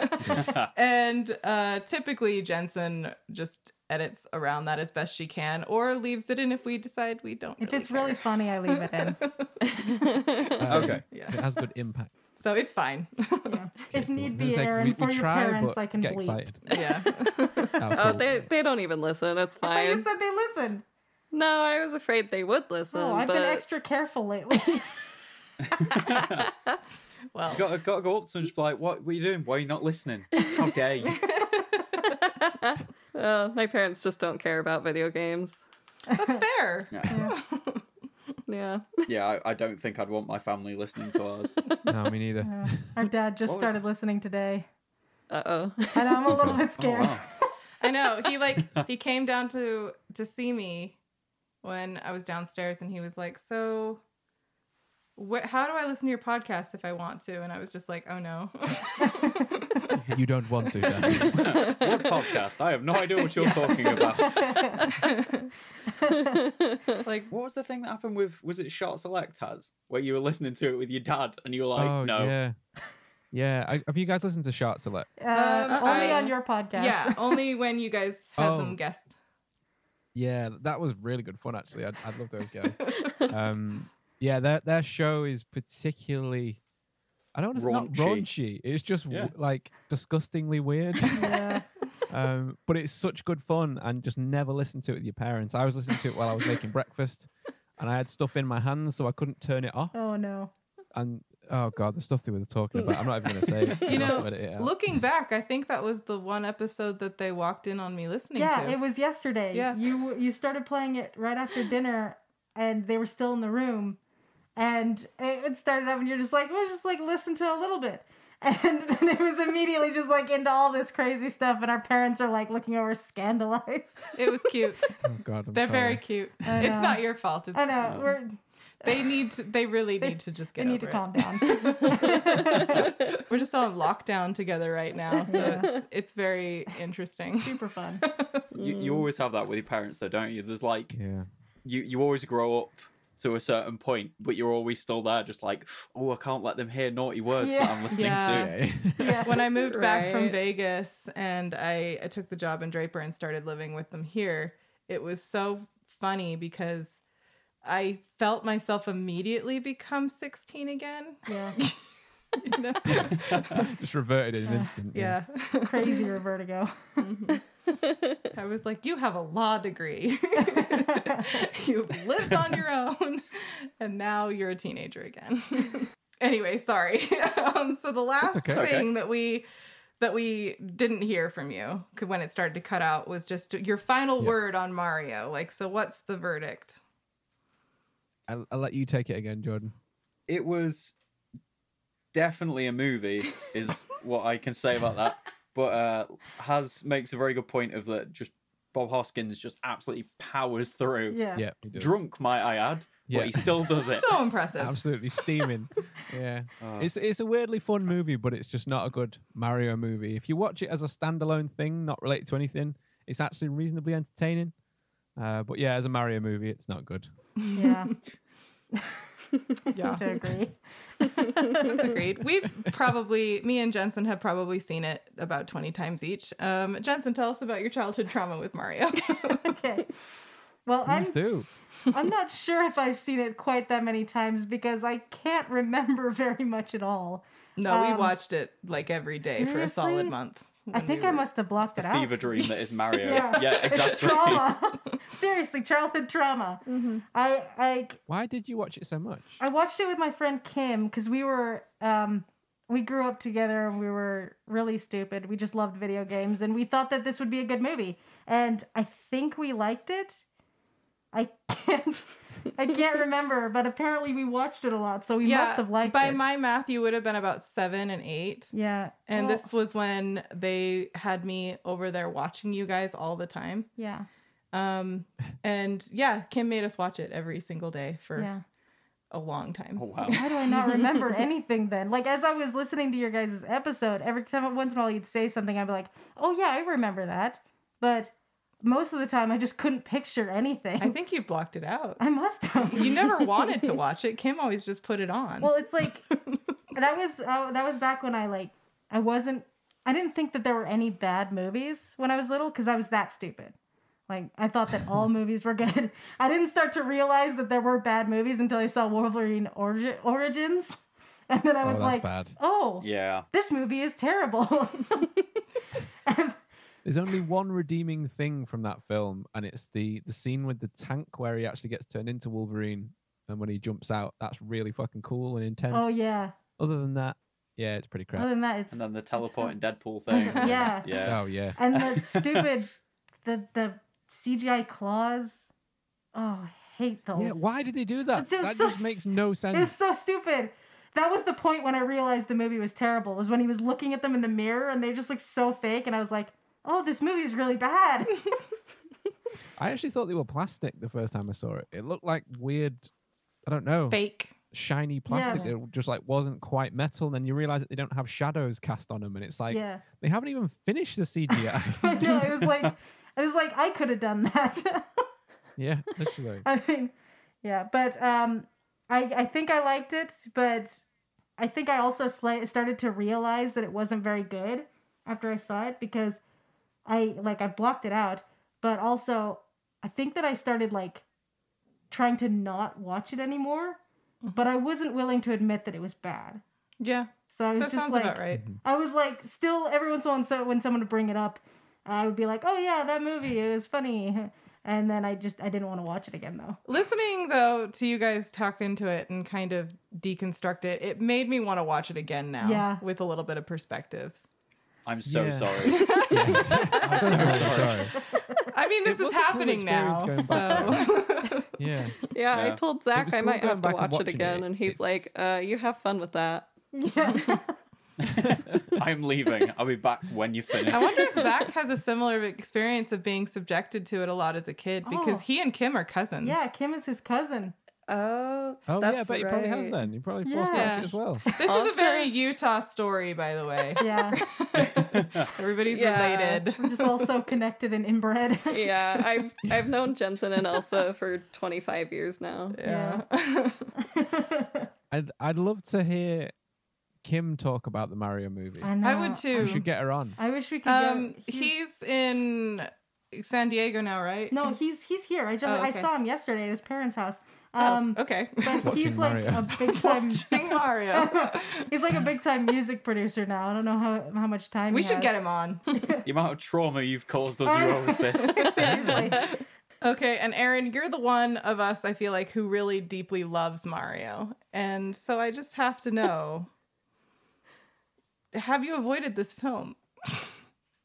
Speaker 3: [laughs]
Speaker 2: [laughs]
Speaker 3: and uh, typically, Jensen just edits around that as best she can or leaves it in if we decide we don't.
Speaker 4: If it's
Speaker 3: care.
Speaker 4: really funny, I
Speaker 3: [laughs]
Speaker 4: leave it in.
Speaker 1: Um,
Speaker 2: Okay.
Speaker 1: It
Speaker 3: Yeah.
Speaker 1: has good impact.
Speaker 3: So it's fine.
Speaker 4: Yeah. If need
Speaker 1: It's
Speaker 4: be,
Speaker 1: like,
Speaker 4: Aaron, for your parents, I can
Speaker 1: get
Speaker 4: bleep. [laughs]
Speaker 1: excited.
Speaker 3: yeah.
Speaker 1: How
Speaker 5: [laughs] Oh,
Speaker 1: cool.
Speaker 5: they they don't even listen. It's
Speaker 4: I thought you
Speaker 5: fine.
Speaker 4: said they listened.
Speaker 5: No, I was afraid they would listen.
Speaker 4: Oh, I've
Speaker 5: but
Speaker 4: been extra careful lately.
Speaker 3: [laughs] Well,
Speaker 2: Got to, got to go up to him and just be like, what, what are you doing? Why are you not listening? How dare you?
Speaker 5: well, Uh, my parents just don't care about video games.
Speaker 3: that's
Speaker 4: [laughs]
Speaker 3: fair.
Speaker 2: Yeah,
Speaker 5: Yeah.
Speaker 2: yeah I, I don't think I'd want my family listening to ours.
Speaker 1: [laughs] No, me neither.
Speaker 4: Yeah. Uh, Our dad just
Speaker 2: What was-
Speaker 4: started listening today,
Speaker 5: Uh oh.
Speaker 3: [laughs]
Speaker 4: and I'm a little bit
Speaker 2: Oh,
Speaker 4: scared.
Speaker 2: wow.
Speaker 3: I know. He like he came down to to see me when I was downstairs, and he was like, "So, wh- how do I listen to your podcast if I want to?" And I was just like, "Oh
Speaker 4: [laughs]
Speaker 3: no."
Speaker 1: You don't want to,
Speaker 2: [laughs]
Speaker 1: Dad.
Speaker 2: what podcast? I have no idea what you're talking about.
Speaker 3: like,
Speaker 2: What was the thing that happened with, was it Short Select has? Where you were listening to it with your dad and you were like,
Speaker 1: oh,
Speaker 2: no.
Speaker 1: yeah. Yeah. I, have you guys listened to Shart Select?
Speaker 4: Uh,
Speaker 3: Um,
Speaker 4: only
Speaker 3: I-
Speaker 4: on your podcast.
Speaker 3: yeah, only when you guys had
Speaker 1: Oh.
Speaker 3: them guessed.
Speaker 1: Yeah, that was really good fun actually. I, I love those
Speaker 3: [laughs]
Speaker 1: guys. um, yeah, their their show is particularly. I don't want to say not
Speaker 2: Raunchy.
Speaker 1: raunchy. It's just w-
Speaker 2: Yeah.
Speaker 1: like disgustingly
Speaker 2: [laughs]
Speaker 1: weird,
Speaker 4: [laughs] Yeah.
Speaker 1: um, but it's such good fun. And just never listen to it with your parents. I was listening to it while I was making breakfast, and I had stuff in my hands, so I couldn't turn it off.
Speaker 4: Oh no.
Speaker 1: And oh god, the stuff they were talking about. I'm not even gonna say.
Speaker 3: [laughs]
Speaker 1: It. I'll have to
Speaker 3: You know,
Speaker 1: edit it out.
Speaker 3: Looking back, I think that was the one episode that they walked in on me listening
Speaker 4: Yeah,
Speaker 3: to.
Speaker 4: it was yesterday.
Speaker 3: Yeah.
Speaker 4: You you started playing it right after dinner, and they were still in the room, and it it started up, and you're just like, well, just like listen to a little bit. [laughs] And then it was immediately just like into all this crazy stuff, and our parents are like looking over scandalized.
Speaker 3: It was cute.
Speaker 1: oh god, I'm
Speaker 3: They're very
Speaker 1: sorry.
Speaker 3: cute.
Speaker 4: I
Speaker 3: It's
Speaker 4: know.
Speaker 3: not your fault. It's,
Speaker 4: [laughs] I know we're
Speaker 3: They need. To, they really
Speaker 4: They-
Speaker 3: need to just
Speaker 4: they
Speaker 3: um, get.
Speaker 4: need to
Speaker 3: over it. [laughs]
Speaker 4: calm down.
Speaker 3: We're just on lockdown together right now, so
Speaker 4: Yeah.
Speaker 3: it's it's very interesting.
Speaker 4: Super fun.
Speaker 2: You, you always have that with your parents, though, don't you? There's like,
Speaker 1: Yeah.
Speaker 2: you, you always grow up to a certain point, but you're always still there, just like, oh, I can't let them hear naughty words that I'm
Speaker 4: Yeah.
Speaker 2: listening
Speaker 3: Yeah.
Speaker 2: to.
Speaker 4: Yeah.
Speaker 3: [laughs] when I moved back from
Speaker 5: Right.
Speaker 3: Vegas and I, I took the job in Draper and started living with them here, it was so funny because I felt myself immediately become 16 again.
Speaker 4: yeah.
Speaker 3: you know? [laughs]
Speaker 1: Just reverted in an
Speaker 4: Uh,
Speaker 1: instant.
Speaker 3: yeah.
Speaker 4: Crazier vertigo.
Speaker 3: Mhm. I was like, you have a law degree. [laughs] You've lived on your own, and now you're a teenager again. anyway, sorry. [laughs] um, so the last
Speaker 1: okay.
Speaker 2: It's okay.
Speaker 3: thing that we that we didn't hear from you c- when it started to cut out was just your final
Speaker 1: Yeah.
Speaker 3: word on Mario. Like, so what's the verdict?
Speaker 1: I'll, I'll let you take it again, Jordan.
Speaker 2: It was definitely a movie,
Speaker 1: [laughs]
Speaker 2: is what I can say about that. But uh, Has makes a very good point of that. Just Bob Hoskins just absolutely powers through,
Speaker 4: Yeah.
Speaker 1: Yeah, he does.
Speaker 2: drunk, might I add,
Speaker 1: Yeah.
Speaker 2: but he
Speaker 1: [laughs]
Speaker 2: still does it.
Speaker 3: So impressive.
Speaker 1: Absolutely
Speaker 2: [laughs]
Speaker 1: steaming. yeah.
Speaker 2: Oh.
Speaker 1: It's it's a weirdly fun movie, but it's just not a good Mario movie. If you watch it as a standalone thing, not related to anything, it's actually reasonably entertaining. Uh, but yeah, as a Mario movie, it's not good.
Speaker 3: [laughs]
Speaker 4: Yeah.
Speaker 3: Yeah.
Speaker 4: To agree.
Speaker 3: [laughs]
Speaker 4: [laughs]
Speaker 3: That's agreed. We've probably, me and Jensen have probably seen it about 20 times each. Um, Jensen, tell us about your childhood trauma with Mario.
Speaker 4: Okay. Well,
Speaker 1: Please
Speaker 4: I'm
Speaker 1: do.
Speaker 4: I'm not sure if I've seen it quite that many times because I can't remember [laughs] very much at all.
Speaker 3: no, we
Speaker 4: Um,
Speaker 3: watched it like every day for a solid
Speaker 4: seriously?
Speaker 3: month.
Speaker 4: I
Speaker 3: when we
Speaker 4: think I
Speaker 3: were-
Speaker 4: must have blocked
Speaker 2: the
Speaker 4: it out. [laughs]
Speaker 2: fever dream that is Mario.
Speaker 4: Yeah.
Speaker 2: yeah.
Speaker 4: It's
Speaker 2: exactly. [laughs]
Speaker 4: trauma. Seriously, childhood trauma.
Speaker 3: Mm-hmm.
Speaker 4: I I
Speaker 1: Why did you watch it so much?
Speaker 4: I watched it with my friend Kim because we were um we grew up together and we were really stupid. We just loved video games and we thought that this would be a good movie. And I think we liked it. I can't
Speaker 3: [laughs]
Speaker 4: I can't remember, but apparently we watched it a lot, so we
Speaker 3: yeah,
Speaker 4: must have liked
Speaker 3: by
Speaker 4: it.
Speaker 3: my math, you would have been about seven and eight.
Speaker 4: yeah.
Speaker 3: And
Speaker 4: well,
Speaker 3: this was when they had me over there watching you guys all the time.
Speaker 4: Yeah.
Speaker 3: Um, and yeah, Kim made us watch it every single day for
Speaker 4: Yeah.
Speaker 3: [laughs] a long time.
Speaker 2: Oh, wow.
Speaker 4: Why do I not remember anything then? Like as I was listening to your guys' episode, every time once in a while you'd say something, I'd be like, "Oh yeah, I remember that," but most of the time I just couldn't picture anything.
Speaker 3: I think you blocked it out.
Speaker 4: [laughs] I must have.
Speaker 3: You never wanted to watch it. Kim always just put it on.
Speaker 4: Well, it's like that was uh, that was back when I like I wasn't I didn't think that there were any bad movies when I was little because I was that stupid. Like I thought that
Speaker 1: [laughs]
Speaker 4: all movies were good. I didn't start to realize that there were bad movies until I saw Wolverine Origi- Origins, [laughs] and then I was
Speaker 1: oh, that's
Speaker 4: like,
Speaker 1: bad.
Speaker 4: oh,
Speaker 2: Yeah.
Speaker 4: this movie is terrible. [laughs]
Speaker 1: There's only one redeeming thing from that film, and it's the the scene with the tank where he actually gets turned into Wolverine, and when he jumps out, that's really fucking cool and intense.
Speaker 4: oh yeah.
Speaker 1: Other than that, yeah, it's pretty crap.
Speaker 4: Other than that, it's
Speaker 2: And then the teleporting Deadpool thing.
Speaker 4: Yeah.
Speaker 2: Yeah.
Speaker 1: Oh yeah,
Speaker 4: [laughs] and the stupid the the CGI claws. Oh, I hate those.
Speaker 1: yeah. Why did they do that?
Speaker 4: It was
Speaker 1: That
Speaker 4: so
Speaker 1: just makes no
Speaker 4: It was
Speaker 1: sense.
Speaker 4: so stupid. That was the point when I realized the movie was terrible. Was when he was looking at them in the mirror and they just looked so fake, and I was like, "Oh, this movie's really bad."
Speaker 1: I actually thought they were plastic the first time I saw it. It looked like weird, I don't
Speaker 2: Oh.
Speaker 1: know,
Speaker 3: Fake.
Speaker 1: shiny plastic.
Speaker 4: Yeah.
Speaker 1: It just like wasn't quite metal. And then you realize that they don't have shadows cast on them, and it's like
Speaker 4: yeah, [laughs]
Speaker 1: they haven't even finished the CGI.
Speaker 4: no, it was like, I was like, I could have done that. [laughs]
Speaker 1: yeah, literally.
Speaker 4: I mean, yeah, but um, I I think I liked it, but I think I also sli- started to realize that it wasn't very good after I saw it because I like I blocked it out, but also I think that I started like trying to not watch it anymore,
Speaker 3: Mm-hmm.
Speaker 4: but I wasn't willing to admit that it was bad.
Speaker 3: Yeah,
Speaker 4: So I was
Speaker 3: that
Speaker 4: just
Speaker 3: sounds
Speaker 4: like,
Speaker 3: about right.
Speaker 4: I was like, still every once in a while, so when someone would bring it up, I would be like, oh yeah, that movie, it was funny. [laughs] And then I just I didn't want to watch it again though.
Speaker 3: Listening though to you guys talk into it and kind of deconstruct it, it made me want to watch it again now.
Speaker 4: Yeah.
Speaker 3: with a little bit of perspective.
Speaker 2: I'm so
Speaker 1: Yeah.
Speaker 2: sorry.
Speaker 1: I'm
Speaker 2: so sorry.
Speaker 3: I mean, this
Speaker 1: It
Speaker 3: is
Speaker 1: was a cool
Speaker 3: happening now.
Speaker 1: experience
Speaker 3: So
Speaker 1: Yeah.
Speaker 5: [laughs] yeah,
Speaker 2: Yeah.
Speaker 5: I told
Speaker 1: It
Speaker 5: Zach
Speaker 1: was
Speaker 5: I
Speaker 1: cool
Speaker 5: might
Speaker 1: going
Speaker 5: have to
Speaker 1: back and
Speaker 5: watch it
Speaker 1: watching
Speaker 5: again,
Speaker 1: it.
Speaker 5: and he's like, uh, "You have fun with that."
Speaker 3: [laughs]
Speaker 4: Yeah.
Speaker 2: I'm leaving. I'll be back when you finish. [laughs]
Speaker 3: [laughs] I wonder if Zach has a similar experience of being subjected to it a lot as a kid because
Speaker 4: Oh.
Speaker 3: he and Kim are cousins.
Speaker 4: yeah, Kim is his cousin.
Speaker 5: Oh,
Speaker 1: Oh
Speaker 5: that's
Speaker 1: yeah, I bet he probably has
Speaker 5: right.
Speaker 1: then. He probably forced
Speaker 4: Yeah.
Speaker 1: yeah. it as well.
Speaker 3: This is a very
Speaker 5: Okay.
Speaker 3: Utah story, by the way.
Speaker 4: Yeah,
Speaker 3: [laughs] Everybody's
Speaker 5: Yeah.
Speaker 4: we're
Speaker 3: related.
Speaker 4: just all so connected and inbred. [laughs]
Speaker 5: Yeah, I've I've known Jensen and Elsa for 25 years now.
Speaker 3: [laughs] Yeah.
Speaker 1: I'd I'd love to hear Kim talk about the Mario movie.
Speaker 3: [laughs] I
Speaker 4: know.
Speaker 3: would
Speaker 1: We
Speaker 3: too.
Speaker 1: should get her on.
Speaker 4: I wish we could.
Speaker 3: um,
Speaker 4: get, he-
Speaker 3: he's in San Diego now, right?
Speaker 4: no, he's he's here. I just
Speaker 3: Oh,
Speaker 4: I
Speaker 3: okay.
Speaker 4: saw him yesterday at his parents' house.
Speaker 3: Oh, [laughs]
Speaker 4: Um, [laughs]
Speaker 3: okay.
Speaker 4: but
Speaker 1: Watching
Speaker 4: he's like
Speaker 1: Mario.
Speaker 4: a
Speaker 3: [laughs]
Speaker 4: big time.
Speaker 3: Watching Mario.
Speaker 4: [laughs] he's like a big time music producer now. I don't know how how much time
Speaker 3: we
Speaker 4: he
Speaker 3: should
Speaker 4: has.
Speaker 3: get him
Speaker 5: [laughs]
Speaker 3: on.
Speaker 2: The amount of trauma you've caused us, you owe us
Speaker 4: [laughs]
Speaker 2: this.
Speaker 4: Seriously.
Speaker 3: Okay, and Aaron, you're the one of us I feel like who really deeply loves Mario. And so I just have to know have you avoided this film?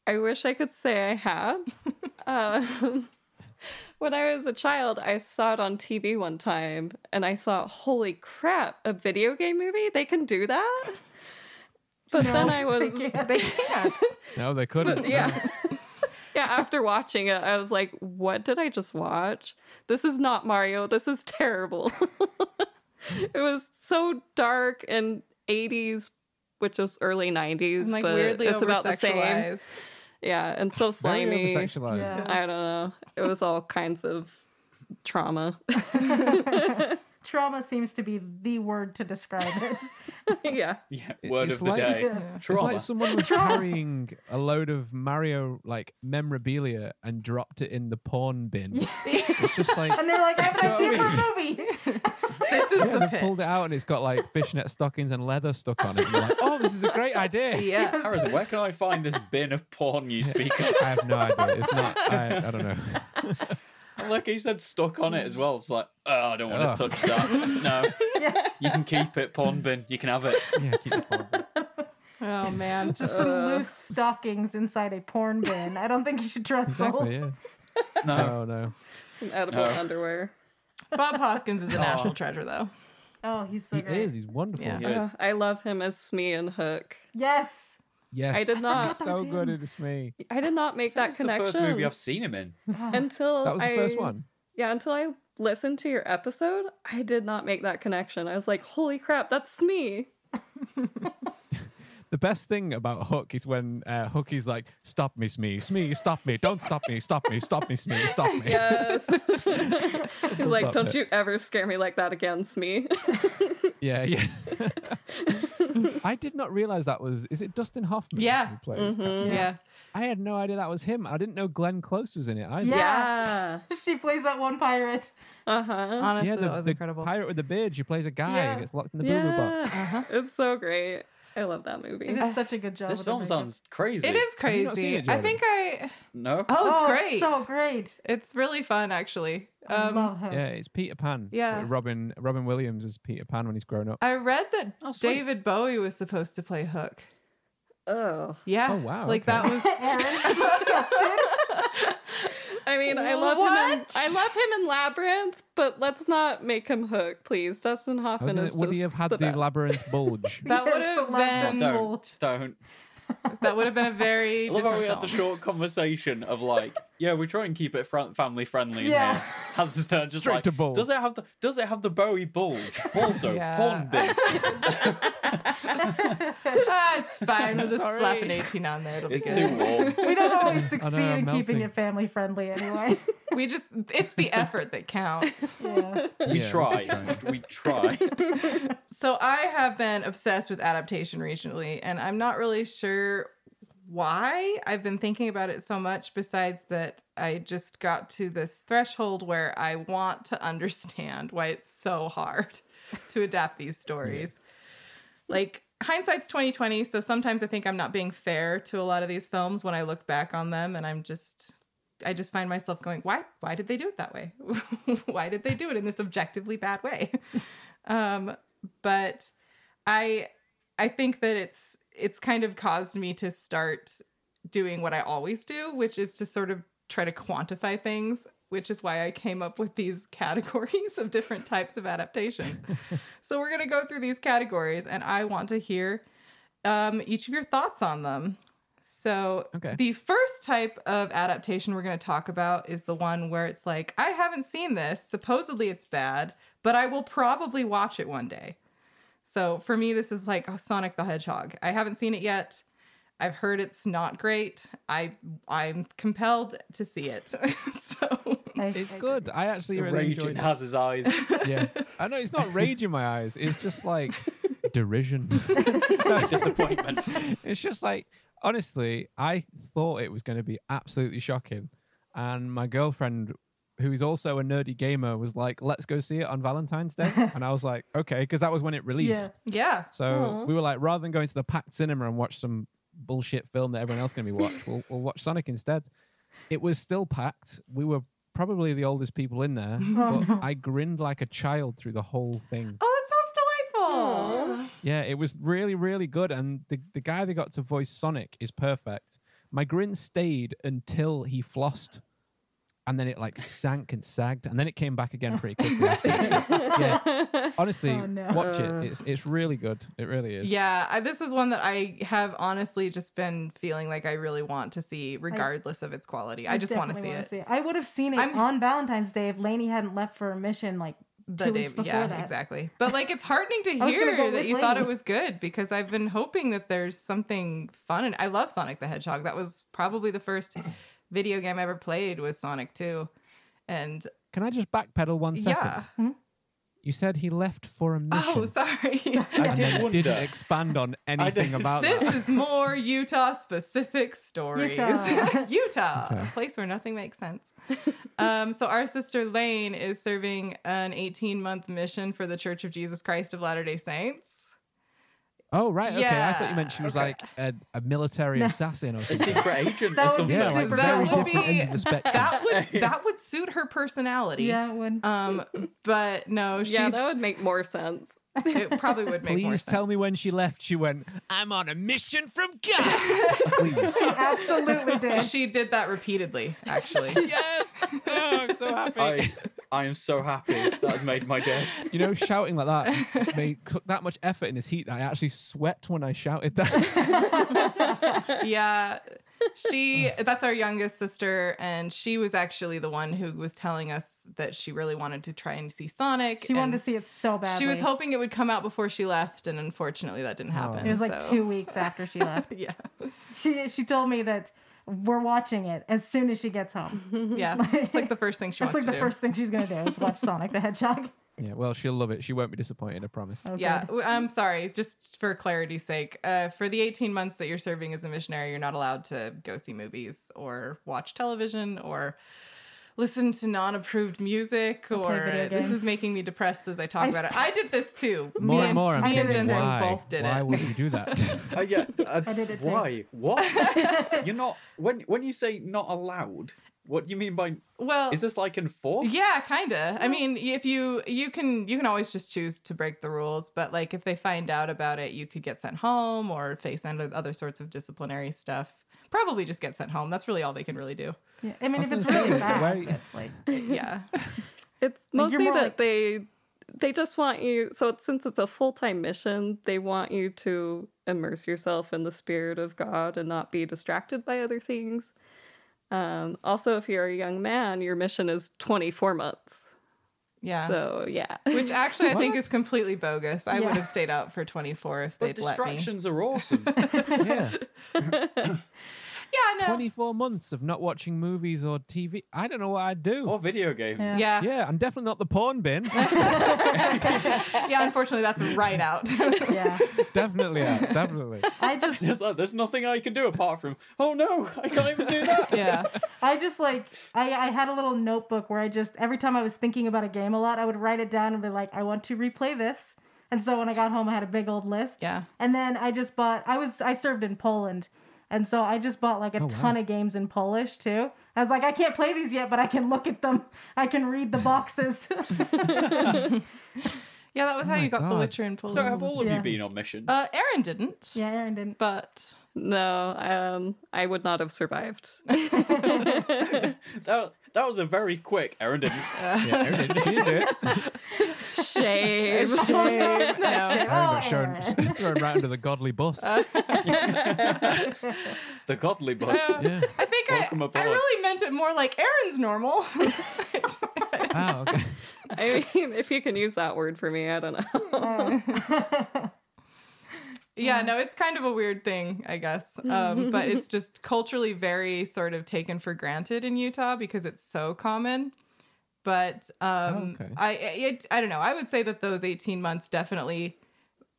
Speaker 5: I wish I could say I had. um, when I was a child, I saw it on TV one time and I thought, holy crap, a video game movie? They can do that? But then
Speaker 4: No,
Speaker 5: I
Speaker 4: [laughs] they
Speaker 5: was.
Speaker 3: [laughs]
Speaker 4: can't.
Speaker 3: They can't. [laughs]
Speaker 1: No, they couldn't. no.
Speaker 5: [laughs] yeah. yeah, after watching it, I was like, what did I just watch? This is not Mario. This is terrible. [laughs] it was so dark and 80s, which was early 90s,
Speaker 3: I'm like
Speaker 5: but
Speaker 3: weirdly
Speaker 5: it's
Speaker 3: over
Speaker 5: about the
Speaker 3: [laughs]
Speaker 5: same.
Speaker 3: sexualized.
Speaker 5: Yeah, and so
Speaker 1: Very
Speaker 5: slimy.
Speaker 1: oversexualized.
Speaker 4: Yeah.
Speaker 5: I don't know. It was all kinds of trauma. [laughs]
Speaker 4: Trauma seems to be the word to describe it.
Speaker 5: yeah.
Speaker 2: Yeah,
Speaker 1: It-
Speaker 2: word
Speaker 1: it's
Speaker 2: of the
Speaker 1: like-
Speaker 2: day.
Speaker 4: Yeah.
Speaker 1: [laughs] It's
Speaker 2: Trauma.
Speaker 1: like someone was carrying a load of Mario like memorabilia and dropped it in the pawn bin. It's just like
Speaker 4: And they're like, I have an
Speaker 1: Do you
Speaker 4: idea
Speaker 1: know what I
Speaker 4: for a movie.
Speaker 3: [laughs]
Speaker 4: [laughs]
Speaker 3: this is
Speaker 1: yeah,
Speaker 3: the
Speaker 1: and they
Speaker 3: pitch.
Speaker 1: pulled it out and it's got like fishnet stockings and leather stuck on it. And you're like, oh, this is a great idea.
Speaker 3: Yeah.
Speaker 2: Harrison, where can I
Speaker 1: [laughs]
Speaker 2: find this bin of porn you speak of?
Speaker 1: I have no idea. It's not. I, I don't know.
Speaker 2: Look, he said stuck on it as well. It's like, oh, I don't want
Speaker 1: Ugh.
Speaker 2: to touch that. No,
Speaker 4: Yeah.
Speaker 1: [laughs]
Speaker 2: you can keep it, porn bin. You can have it.
Speaker 1: Yeah, keep the pawn bin.
Speaker 3: Oh man.
Speaker 4: Just some
Speaker 5: Uh.
Speaker 4: loose stockings inside a porn bin. I don't think you should trust
Speaker 1: Exactly.
Speaker 4: those.
Speaker 1: Yeah.
Speaker 2: No,
Speaker 1: Oh no.
Speaker 5: Some edible
Speaker 2: No.
Speaker 1: Oh.
Speaker 5: underwear.
Speaker 3: Bob Hoskins is a
Speaker 2: Aw.
Speaker 3: national treasure though.
Speaker 4: Oh, he's so
Speaker 1: He
Speaker 4: great.
Speaker 1: is. He's wonderful.
Speaker 3: Yeah.
Speaker 2: He is.
Speaker 5: Ugh, Uh, I love him as Smee and Hook.
Speaker 4: Yes. [laughs]
Speaker 1: Yes.
Speaker 5: I
Speaker 1: [laughs]
Speaker 5: did not-
Speaker 1: He's so good at this me.
Speaker 5: I did not make that
Speaker 2: That's
Speaker 5: connection.
Speaker 2: the first movie I've seen him in.
Speaker 5: [gasps] until
Speaker 1: That was the
Speaker 5: I,
Speaker 1: first one.
Speaker 5: Yeah, until I listened to your episode, I did not make that connection. I was like, holy crap, that's Smee.
Speaker 1: [laughs] The best thing about Hook is when uh, Hook is like, "Stop me, Smee, Smee, stop me! Don't stop me! Stop me! Stop me, Smee, stop me!"
Speaker 5: Yes. He's like,
Speaker 1: Love
Speaker 5: don't
Speaker 1: it.
Speaker 5: you ever scare me like that again, Smee. [laughs]
Speaker 1: Yeah, yeah. I did not realize that was. Is it Dustin Hoffman?
Speaker 3: Yeah.
Speaker 1: who plays
Speaker 5: Mhm.
Speaker 1: Captain
Speaker 3: Yeah.
Speaker 1: Jack? I had no idea that was him. I didn't know Glenn Close was in it either.
Speaker 4: Yeah.
Speaker 5: yeah.
Speaker 4: She plays that one pirate.
Speaker 5: Uh huh.
Speaker 3: Honestly,
Speaker 1: yeah.
Speaker 3: that was
Speaker 1: the
Speaker 3: incredible.
Speaker 1: pirate with the beard. She plays a guy
Speaker 5: Yeah.
Speaker 1: and gets locked in the boo boo box.
Speaker 5: yeah.
Speaker 3: Uh-huh.
Speaker 5: It's so great. I love that
Speaker 4: It
Speaker 3: Uh,
Speaker 5: movie.
Speaker 4: is such a good job.
Speaker 2: This
Speaker 4: with the
Speaker 2: film
Speaker 4: makeup.
Speaker 2: sounds crazy.
Speaker 3: It is
Speaker 1: Have you not
Speaker 3: crazy.
Speaker 1: seen it,
Speaker 3: I
Speaker 1: Jordan?
Speaker 3: think I
Speaker 2: No,
Speaker 3: Oh, it's
Speaker 4: Oh,
Speaker 3: great.
Speaker 4: so great.
Speaker 3: It's really fun actually.
Speaker 4: I
Speaker 3: Um,
Speaker 4: love her. [laughs]
Speaker 1: Yeah, it's Peter Pan.
Speaker 3: Yeah.
Speaker 1: Uh, Robin Robin Williams is Peter Pan when he's grown up.
Speaker 3: I read that
Speaker 2: Oh, sweet.
Speaker 3: David Bowie was supposed to play Hook.
Speaker 5: Oh.
Speaker 3: Yeah.
Speaker 1: Oh, wow,
Speaker 3: Like
Speaker 1: okay.
Speaker 2: [laughs]
Speaker 3: that was
Speaker 4: Aaron, disgusted.
Speaker 5: I mean, I love him. In,
Speaker 3: What?
Speaker 5: I love him in Labyrinth, but let's not make him Hook, please. Dustin
Speaker 1: I was
Speaker 5: Hoffman
Speaker 1: gonna-
Speaker 5: is
Speaker 1: would
Speaker 5: just
Speaker 1: he have had the,
Speaker 5: the best.
Speaker 1: labyrinth bulge?
Speaker 3: That
Speaker 4: Yes,
Speaker 3: would have
Speaker 4: the love
Speaker 3: been-
Speaker 2: Don't.
Speaker 4: bulge.
Speaker 2: don't.
Speaker 3: [laughs] that would have been a very
Speaker 2: I love how we had the
Speaker 3: different film.
Speaker 2: short conversation
Speaker 1: [laughs]
Speaker 2: of like, yeah, we try and keep it fran- family friendly in
Speaker 4: Yeah.
Speaker 2: here. Has this they're just
Speaker 1: Straight
Speaker 2: like,
Speaker 1: to bulge.
Speaker 2: does it have the does it have the
Speaker 1: [laughs]
Speaker 2: Bowie bulge? Also,
Speaker 3: Yeah.
Speaker 2: porn bin. [laughs]
Speaker 3: Ah, it's fine. We'll just
Speaker 1: Sorry.
Speaker 3: slap an 18 on there. It'll
Speaker 2: It's
Speaker 3: be
Speaker 2: too
Speaker 3: good.
Speaker 2: warm.
Speaker 3: [laughs]
Speaker 4: We don't always succeed in keeping
Speaker 1: melting.
Speaker 4: it family friendly anyway.
Speaker 3: We just, it's the effort that counts.
Speaker 4: Yeah.
Speaker 2: We
Speaker 1: Yeah, it's
Speaker 2: try. we try.
Speaker 3: So I have been obsessed with adaptation recently, and I'm not really sure why I've been thinking about it so much, besides that I just got to this threshold where I want to understand why it's so hard [laughs] to adapt these stories. Like hindsight's 2020, so sometimes I think I'm not being fair to a lot of these films when I look back on them and I'm just I just find myself going, why why did they do it that way? [laughs] why did they do it in this objectively bad way? [laughs] Um but I I think that it's it's kind of caused me to start doing what I always do, which is to sort of try to quantify things, which is why I came up with these [laughs] categories of different types of adaptations. so we're going to go through these categories and I want to hear um, each of your thoughts on them. So
Speaker 1: Okay.
Speaker 3: the first type of adaptation we're going to talk about is the one where it's like I haven't seen this, supposedly it's bad, but I will probably watch it one day. So for me, this is like Sonic the Hedgehog. I haven't seen it yet. I've heard it's not great. I I'm compelled to see it. [laughs] so
Speaker 1: It's good. I actually
Speaker 2: The
Speaker 1: really
Speaker 2: rage in
Speaker 1: enjoyed it.
Speaker 2: Haz's eyes.
Speaker 1: Yeah. I know it's not rage in my eyes. It's just like derision. [laughs]
Speaker 2: Disappointment.
Speaker 1: it's just like honestly, I thought it was going to be absolutely shocking, and my girlfriend, who is also a nerdy gamer, was like, "Let's go see it on Valentine's
Speaker 4: [laughs]
Speaker 1: Day," and I was like, "Okay," because that was when it released.
Speaker 4: Yeah.
Speaker 3: yeah.
Speaker 1: So
Speaker 5: Aw.
Speaker 1: we were like, rather than going to the packed cinema and watch some bullshit film that everyone else going to be
Speaker 4: [laughs]
Speaker 1: watch, we'll, we'll watch Sonic instead. It was still packed. We were probably the oldest people in there,
Speaker 4: [laughs] Oh,
Speaker 1: but
Speaker 4: no.
Speaker 1: I grinned like a child through the whole thing.
Speaker 3: Oh, that sounds delightful.
Speaker 5: Aw.
Speaker 1: Yeah, it was really, really good. And the, the guy they got to voice Sonic is perfect. My grin stayed until he flossed. And then it like sank and sagged, and then it came back again pretty quickly.
Speaker 4: [laughs]
Speaker 5: [laughs]
Speaker 1: Yeah. Honestly,
Speaker 4: Oh, no.
Speaker 1: watch
Speaker 5: Uh.
Speaker 1: it. It's it's really good. It really is.
Speaker 3: Yeah, I, this is one that I have honestly just been feeling like I really want to see, regardless of its quality. I, just want to see
Speaker 4: definitely wanna
Speaker 3: it.
Speaker 4: I would have seen it
Speaker 3: I'm-
Speaker 4: on Valentine's Day if Laney hadn't left for a mission. Like,
Speaker 3: The
Speaker 4: two
Speaker 3: day,
Speaker 4: weeks before
Speaker 3: yeah,
Speaker 4: that.
Speaker 3: exactly. But like, it's heartening to
Speaker 4: [laughs] I was gonna
Speaker 3: hear
Speaker 4: go
Speaker 3: that
Speaker 4: with
Speaker 3: you thought it
Speaker 4: Lainey.
Speaker 3: was good because I've been hoping that there's something fun. And I love Sonic the Hedgehog. That was probably the
Speaker 4: [clears throat]
Speaker 3: first video game I ever played was Sonic Two, and
Speaker 1: Can I just backpedal one second?
Speaker 3: yeah.
Speaker 4: Hmm?
Speaker 1: You said he left for a mission.
Speaker 3: Oh,
Speaker 4: [laughs]
Speaker 3: sorry.
Speaker 1: and
Speaker 2: did
Speaker 1: then
Speaker 2: wonder.
Speaker 1: didn't expand on anything about
Speaker 3: [laughs] This
Speaker 1: that.
Speaker 3: is more Utah specific stories.
Speaker 4: Utah.
Speaker 3: [laughs] Utah,
Speaker 1: Okay.
Speaker 3: a place where nothing makes
Speaker 4: [laughs]
Speaker 3: sense. Um, so, our sister Lane is serving an 18 month mission for the Church of Jesus Christ of Latter day Saints.
Speaker 1: Oh right, okay. I thought you meant she was
Speaker 2: Yeah,
Speaker 1: like a, a military
Speaker 4: No.
Speaker 1: assassin or
Speaker 2: A
Speaker 1: something.
Speaker 2: secret agent
Speaker 4: That
Speaker 2: or
Speaker 4: would
Speaker 2: something.
Speaker 4: be
Speaker 1: yeah, like
Speaker 4: super
Speaker 1: very
Speaker 3: powerful.
Speaker 1: different ends of the spectrum.
Speaker 3: That
Speaker 1: [laughs]
Speaker 3: would that would suit her personality.
Speaker 4: yeah, it would.
Speaker 3: Um, but no, Oh, she's,
Speaker 5: yeah, that would make more sense.
Speaker 3: it probably would make more
Speaker 1: Please tell
Speaker 3: sense.
Speaker 1: me when she left. She went, I'm on a mission from
Speaker 3: [laughs]
Speaker 1: God. Please.
Speaker 4: she absolutely did.
Speaker 3: She did that
Speaker 4: [laughs]
Speaker 3: repeatedly, actually.
Speaker 1: yes. Oh, I'm so happy.
Speaker 2: I, I am so happy that has made my day.
Speaker 1: You know, shouting like that made took that much effort in this heat that I actually sweat when I shouted that.
Speaker 3: [laughs]
Speaker 4: [laughs]
Speaker 3: yeah she that's our youngest sister and she was actually the one who was telling us that she really wanted to try and see sonic
Speaker 4: She wanted to
Speaker 3: and
Speaker 4: see it so badly.
Speaker 3: she was hoping it would come out before she left and unfortunately that
Speaker 1: Oh.
Speaker 3: didn't happen
Speaker 4: It was like
Speaker 3: so-
Speaker 4: two weeks after she left.
Speaker 3: [laughs] yeah
Speaker 4: She she told me that we're watching it as soon as she gets home.
Speaker 3: [laughs] yeah it's like the first thing she
Speaker 4: That's
Speaker 3: wants
Speaker 4: like
Speaker 3: to
Speaker 4: the
Speaker 3: do
Speaker 4: first thing she's gonna do is
Speaker 3: [laughs]
Speaker 4: watch Sonic the Hedgehog.
Speaker 1: Yeah, well, she'll love it. She won't be disappointed, I promise.
Speaker 4: Oh,
Speaker 3: yeah
Speaker 4: good.
Speaker 3: w- i'm sorry just for clarity's sake uh, for the 18 months that you're serving as a missionary you're not allowed to go see movies or watch television or listen to non-approved music
Speaker 4: Or play
Speaker 3: or
Speaker 4: video
Speaker 3: this
Speaker 4: games.
Speaker 3: is making me depressed as i talk
Speaker 4: I
Speaker 3: about it
Speaker 4: s-
Speaker 3: i did this too
Speaker 1: More
Speaker 3: me
Speaker 1: and more, I'm
Speaker 3: me and
Speaker 1: thinking,
Speaker 3: jensen
Speaker 1: why?
Speaker 3: both did
Speaker 1: why
Speaker 3: it
Speaker 1: would you do
Speaker 3: [laughs]
Speaker 1: that?
Speaker 2: Uh, yeah, uh,
Speaker 4: I did it too.
Speaker 2: why? What? You're not when when you say not allowed. What do you mean by?
Speaker 3: well
Speaker 2: Is this like enforced?
Speaker 3: yeah kinda i mean if you you can you can always just choose to break the rules but like if they find out about it you could get sent home or face under other sorts of disciplinary stuff probably just get sent home that's really all they can really do
Speaker 4: Yeah, I mean,
Speaker 1: I was
Speaker 4: if it's
Speaker 1: gonna
Speaker 4: really
Speaker 1: say,
Speaker 4: bad,
Speaker 1: why-
Speaker 4: but, like
Speaker 3: yeah
Speaker 5: It's
Speaker 4: Like, you're
Speaker 5: mostly
Speaker 4: more
Speaker 5: that
Speaker 4: like-
Speaker 5: they they just want you. So it's, since it's a full time mission, they want you to immerse yourself in the spirit of God and not be distracted by other things. Um, also, if you're a young man, your mission is 24 months.
Speaker 3: yeah
Speaker 5: So yeah, [laughs]
Speaker 3: which actually i think is completely bogus i
Speaker 4: Yeah.
Speaker 3: would have stayed out for 24 if
Speaker 2: But
Speaker 3: they'd let me
Speaker 2: distractions are awesome.
Speaker 1: yeah.
Speaker 3: yeah no
Speaker 1: 24 months of not watching movies or TV. I don't know what I'd do.
Speaker 3: Oh,
Speaker 2: or video games.
Speaker 4: Yeah.
Speaker 3: yeah. yeah
Speaker 1: yeah, I'm definitely not the porn bin.
Speaker 3: [laughs] unfortunately that's right out
Speaker 4: yeah,
Speaker 1: definitely, yeah,
Speaker 3: [laughs]
Speaker 1: definitely.
Speaker 4: I just
Speaker 2: Just like, there's nothing I can do apart from. Oh no, I can't even do that.
Speaker 3: [laughs] yeah
Speaker 4: I just like I, I had a little notebook where I just every time I was thinking about a game a lot, I would write it down and be like, I want to replay this. And so when I got home, I had a big old list.
Speaker 3: yeah
Speaker 4: And then I just bought. I was I served in Poland, and so I just bought like a
Speaker 1: Oh, wow.
Speaker 4: ton of games in Polish too. I was like, I can't play these yet, but I can look at them. I can read the boxes. [laughs]
Speaker 3: yeah that was how
Speaker 1: Oh my
Speaker 3: you got the
Speaker 1: God.
Speaker 3: witcher in poland
Speaker 2: So have all of
Speaker 4: Yeah.
Speaker 2: you been on mission?
Speaker 3: uh aaron didn't
Speaker 4: yeah, Aaron didn't.
Speaker 3: but
Speaker 5: no, um, I would not have survived.
Speaker 2: that, that was a very quick errand. didn't it?
Speaker 1: Yeah, she did
Speaker 3: [laughs]
Speaker 1: it.
Speaker 5: Shame.
Speaker 1: [laughs]
Speaker 3: Shame.
Speaker 4: [laughs] Shame.
Speaker 3: No.
Speaker 1: Aaron got
Speaker 4: Oh,
Speaker 1: shown, [laughs]
Speaker 4: Aaron.
Speaker 1: thrown right under the godly bus.
Speaker 2: the godly bus.
Speaker 3: Yeah.
Speaker 1: yeah.
Speaker 3: I think
Speaker 2: Welcome
Speaker 3: I, I
Speaker 2: aboard.
Speaker 3: really meant it more like Aaron's normal.
Speaker 1: Wow. Okay.
Speaker 5: I mean, if you can use that word for me, I
Speaker 1: [laughs]
Speaker 5: don't know.
Speaker 4: [laughs] Oh.
Speaker 3: [laughs] Yeah,
Speaker 4: Mm-hmm.
Speaker 3: no, it's kind of a weird thing, I guess. Um, but it's just culturally very sort of taken for granted in Utah because it's so common. But um,
Speaker 2: Oh,
Speaker 1: okay.
Speaker 3: I, it, I don't know. I would say that those 18 months definitely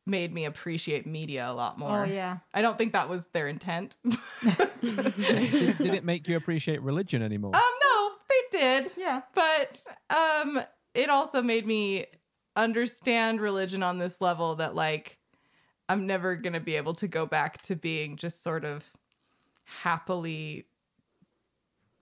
Speaker 3: made me appreciate media a lot more.
Speaker 4: oh yeah.
Speaker 3: I don't think that was their
Speaker 4: [laughs]
Speaker 3: intent.
Speaker 1: [laughs]
Speaker 3: [laughs]
Speaker 1: did, did it make you appreciate religion anymore?
Speaker 3: Um, no, they did.
Speaker 4: Yeah.
Speaker 3: But um, it also made me understand religion on this level that, like, I'm never going to be able to go back to being just sort of happily,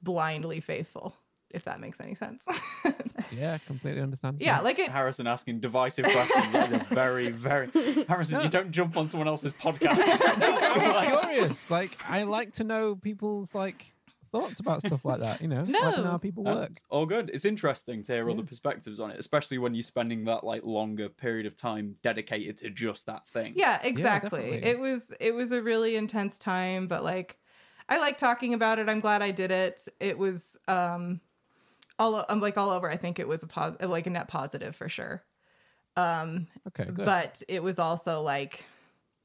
Speaker 3: blindly faithful, if that makes any sense. [laughs]
Speaker 1: yeah, completely understand.
Speaker 3: yeah, like
Speaker 2: [laughs]
Speaker 3: it.
Speaker 2: Harrison asking divisive questions. That is a very, very Harrison. You don't jump on someone else's podcast. [laughs]
Speaker 1: I'm curious. Like, I like to know people's like thoughts about stuff like that. You know, I like to know
Speaker 3: No. Um,
Speaker 1: how people
Speaker 2: Uh,
Speaker 1: work.
Speaker 2: it's all good. It's interesting to hear other perspectives on it, especially when you're spending that like longer period of time dedicated to just that thing.
Speaker 3: Yeah, exactly.
Speaker 1: definitely.
Speaker 3: it was it was a really intense time, but like I like talking about it. I'm glad I did it. It was um all o- I'm like all over. I think it was a pos- like a net positive for sure. Um
Speaker 1: Okay, good.
Speaker 3: but it was also like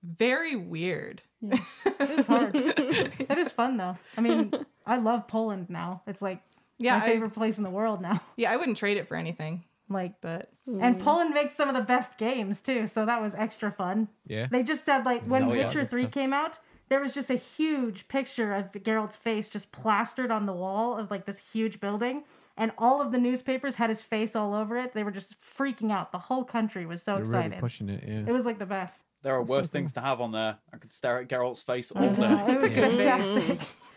Speaker 3: very weird.
Speaker 4: yeah. It was
Speaker 3: [laughs]
Speaker 4: hard. it was fun though. I mean, I love Poland now. It's like
Speaker 3: Yeah,
Speaker 4: my
Speaker 3: I,
Speaker 4: favorite place in the world now. [laughs]
Speaker 3: yeah, I wouldn't trade it for anything,
Speaker 4: Like
Speaker 3: but
Speaker 4: and
Speaker 3: Mm.
Speaker 4: Poland makes some of the best games too, so that was extra fun.
Speaker 1: yeah.
Speaker 4: They just had like when
Speaker 2: Oh, yeah.
Speaker 4: Witcher
Speaker 1: Good
Speaker 4: Three
Speaker 1: stuff.
Speaker 4: came out, there was just a huge picture of Geralt's face just plastered on the wall of like this huge building, and all of the newspapers had his face all over it. They were just freaking out. The whole country was so
Speaker 1: You're really
Speaker 4: excited.
Speaker 1: pushing it.
Speaker 4: it
Speaker 3: Mm.
Speaker 1: Yeah.
Speaker 4: was like the best.
Speaker 2: There are
Speaker 1: That's so
Speaker 2: worse
Speaker 1: cool.
Speaker 2: things to have on there. I could stare at Geralt's face
Speaker 4: I
Speaker 2: all
Speaker 4: don't know,
Speaker 2: day.
Speaker 4: It was
Speaker 3: It's a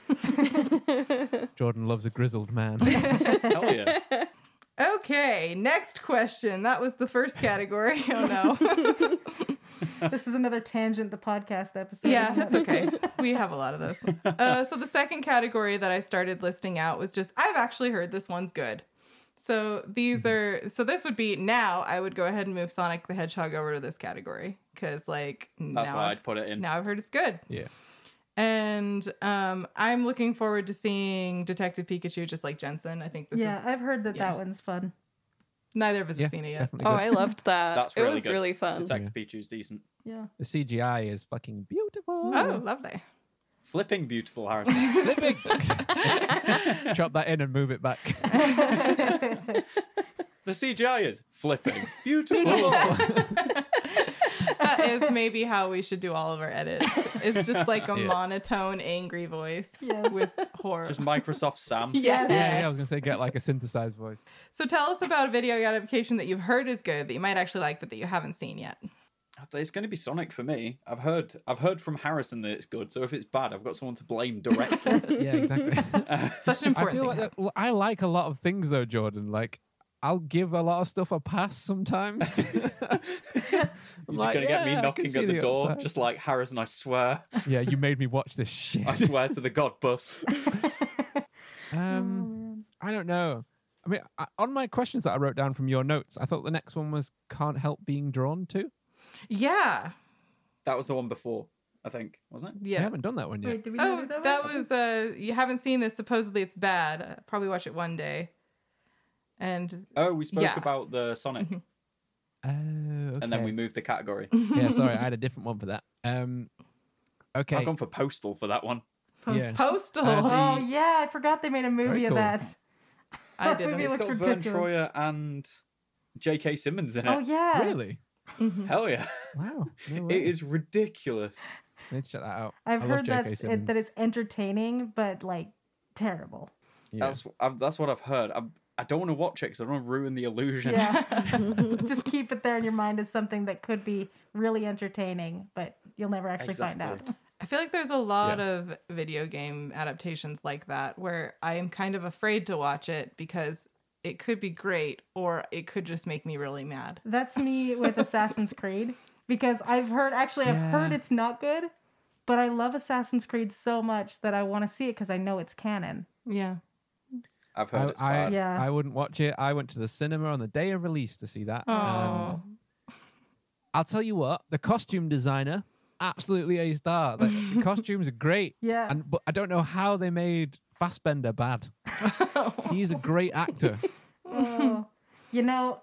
Speaker 3: good [laughs]
Speaker 4: fantastic.
Speaker 1: Jordan loves a grizzled
Speaker 3: [laughs]
Speaker 1: man.
Speaker 2: Hell yeah.
Speaker 3: okay, next question. That was the first category. [laughs] Oh
Speaker 4: [laughs]
Speaker 3: no.
Speaker 4: this is another tangent. The podcast episode.
Speaker 3: Yeah,
Speaker 4: isn't
Speaker 3: that's
Speaker 4: it?
Speaker 3: okay. We have a lot of those. Uh, so the second category that I started listing out was just I've actually heard this one's good. So these
Speaker 2: Mm-hmm.
Speaker 3: are so this would be now I would go ahead and move Sonic the Hedgehog over to this category because like
Speaker 2: That's
Speaker 3: now
Speaker 2: why
Speaker 3: I've,
Speaker 2: I'd put it in.
Speaker 3: now I've heard it's good
Speaker 1: yeah.
Speaker 3: and um, I'm looking forward to seeing Detective Pikachu just like Jensen. I think this
Speaker 4: yeah,
Speaker 3: is
Speaker 4: I've heard that
Speaker 3: yeah.
Speaker 4: that one's fun.
Speaker 3: neither of us
Speaker 1: Yeah.
Speaker 3: have seen it yet.
Speaker 1: Definitely
Speaker 5: oh,
Speaker 1: good.
Speaker 5: I loved that.
Speaker 2: That's
Speaker 5: it
Speaker 2: really
Speaker 5: was
Speaker 2: good.
Speaker 5: really fun.
Speaker 2: Detective Pikachu's decent.
Speaker 3: [laughs]
Speaker 4: Yeah. [laughs]
Speaker 1: The CGI is fucking beautiful.
Speaker 3: Oh, lovely.
Speaker 2: Flipping beautiful,
Speaker 3: [laughs]
Speaker 2: Harrison.
Speaker 1: Living. Chop that in and move it
Speaker 3: [laughs]
Speaker 1: back.
Speaker 2: the CGI is flipping beautiful.
Speaker 1: Oh.
Speaker 3: That is maybe how we should do all of our edits. It's just like a
Speaker 1: Yeah.
Speaker 3: monotone, angry voice
Speaker 4: Yes.
Speaker 3: with horror. [laughs]
Speaker 2: Just Microsoft Sam.
Speaker 4: Yes.
Speaker 1: yeah, yeah, I was gonna say get like a synthesized voice.
Speaker 3: So tell us about a video application that you've heard is good that you might actually like but that you haven't seen yet.
Speaker 2: It's going to be Sonic for me. I've heard I've heard from Harrison that it's good. So if it's bad, I've got someone to blame
Speaker 5: [laughs]
Speaker 2: directly.
Speaker 1: [laughs]
Speaker 2: [laughs]
Speaker 1: Yeah,
Speaker 3: [laughs]
Speaker 1: exactly.
Speaker 3: Such
Speaker 1: I
Speaker 3: an
Speaker 1: feel
Speaker 3: important thing.
Speaker 1: like that, well, I like a lot of things though, Jordan. Like I'll give a lot of stuff a pass
Speaker 3: [laughs]
Speaker 1: sometimes.
Speaker 2: You're
Speaker 1: Like,
Speaker 2: just gonna get
Speaker 1: yeah, I
Speaker 2: me
Speaker 1: can
Speaker 2: knocking
Speaker 1: see
Speaker 2: at the
Speaker 1: the
Speaker 2: door,
Speaker 1: upside.
Speaker 2: just like Harrison. I swear,
Speaker 1: yeah, you made me watch this shit. [laughs]
Speaker 2: I swear to the God bus.
Speaker 1: Um,
Speaker 4: Oh,
Speaker 1: I don't know. I mean, I, on my questions that I wrote down from your notes, I thought the next one was "Can't help being drawn to."
Speaker 3: yeah.
Speaker 2: That was the one before, I think, wasn't it?
Speaker 1: I
Speaker 3: Yeah.
Speaker 1: haven't done that one yet.
Speaker 4: Wait, did we not
Speaker 3: Oh,
Speaker 4: do that,
Speaker 3: that
Speaker 4: one?
Speaker 3: was uh you haven't seen this supposedly it's bad. Uh, probably watch it one day. And
Speaker 2: Oh, we spoke
Speaker 3: Yeah.
Speaker 2: about the Sonic,
Speaker 1: Oh,
Speaker 2: and then we
Speaker 1: okay.
Speaker 2: moved the category.
Speaker 1: [laughs] yeah, sorry,
Speaker 3: [laughs]
Speaker 1: I had a different one for that. Um, okay,
Speaker 2: I've gone for Postal for that one.
Speaker 1: yeah.
Speaker 3: Postal.
Speaker 1: Uh,
Speaker 4: Oh
Speaker 3: um,
Speaker 4: yeah, I forgot they made a movie
Speaker 1: Very
Speaker 4: of
Speaker 1: cool.
Speaker 4: that.
Speaker 3: I
Speaker 4: that movie
Speaker 3: didn't.
Speaker 4: It
Speaker 2: It's
Speaker 4: looks
Speaker 2: got Vern
Speaker 4: ridiculous.
Speaker 2: Troyer and J.K. Simmons in it.
Speaker 4: Oh yeah.
Speaker 1: Really?
Speaker 3: Mhm.
Speaker 2: Hell yeah! [laughs]
Speaker 1: Wow, no way.
Speaker 2: It is ridiculous.
Speaker 1: I need to check that out.
Speaker 4: I've
Speaker 1: I love
Speaker 4: heard
Speaker 1: J.K.
Speaker 4: that's it,
Speaker 1: Simmons.
Speaker 4: that it's entertaining, but like terrible.
Speaker 1: Yeah.
Speaker 2: That's I've, that's what I've heard. I'm, I don't want to watch it because I don't want to ruin the illusion.
Speaker 4: [laughs] Yeah. Just keep it there in your mind as something that could be really entertaining, but you'll never actually find
Speaker 2: Exactly.
Speaker 4: out.
Speaker 3: [laughs] I feel like there's a lot of video game adaptations like that where I am kind of afraid to watch it because it could be great or it could just make me really mad.
Speaker 4: That's me
Speaker 1: [laughs]
Speaker 4: with Assassin's Creed because I've heard actually I've heard
Speaker 1: Yeah.
Speaker 4: it's not good, but I love Assassin's Creed so much that I want to see it because I know it's canon.
Speaker 3: Yeah.
Speaker 2: I've heard
Speaker 1: I,
Speaker 2: it's
Speaker 1: I,
Speaker 2: bad.
Speaker 4: Yeah.
Speaker 1: Uh, I wouldn't watch it. I went to the cinema on the day of release to see that.
Speaker 3: Oh.
Speaker 1: And I'll tell you what, the costume designer, absolutely a star. Like,
Speaker 4: [laughs]
Speaker 1: the costumes are great.
Speaker 4: Yeah.
Speaker 1: And
Speaker 4: [laughs]
Speaker 1: but I don't know how they made Fassbender bad. He's a great actor.
Speaker 4: Oh. you know,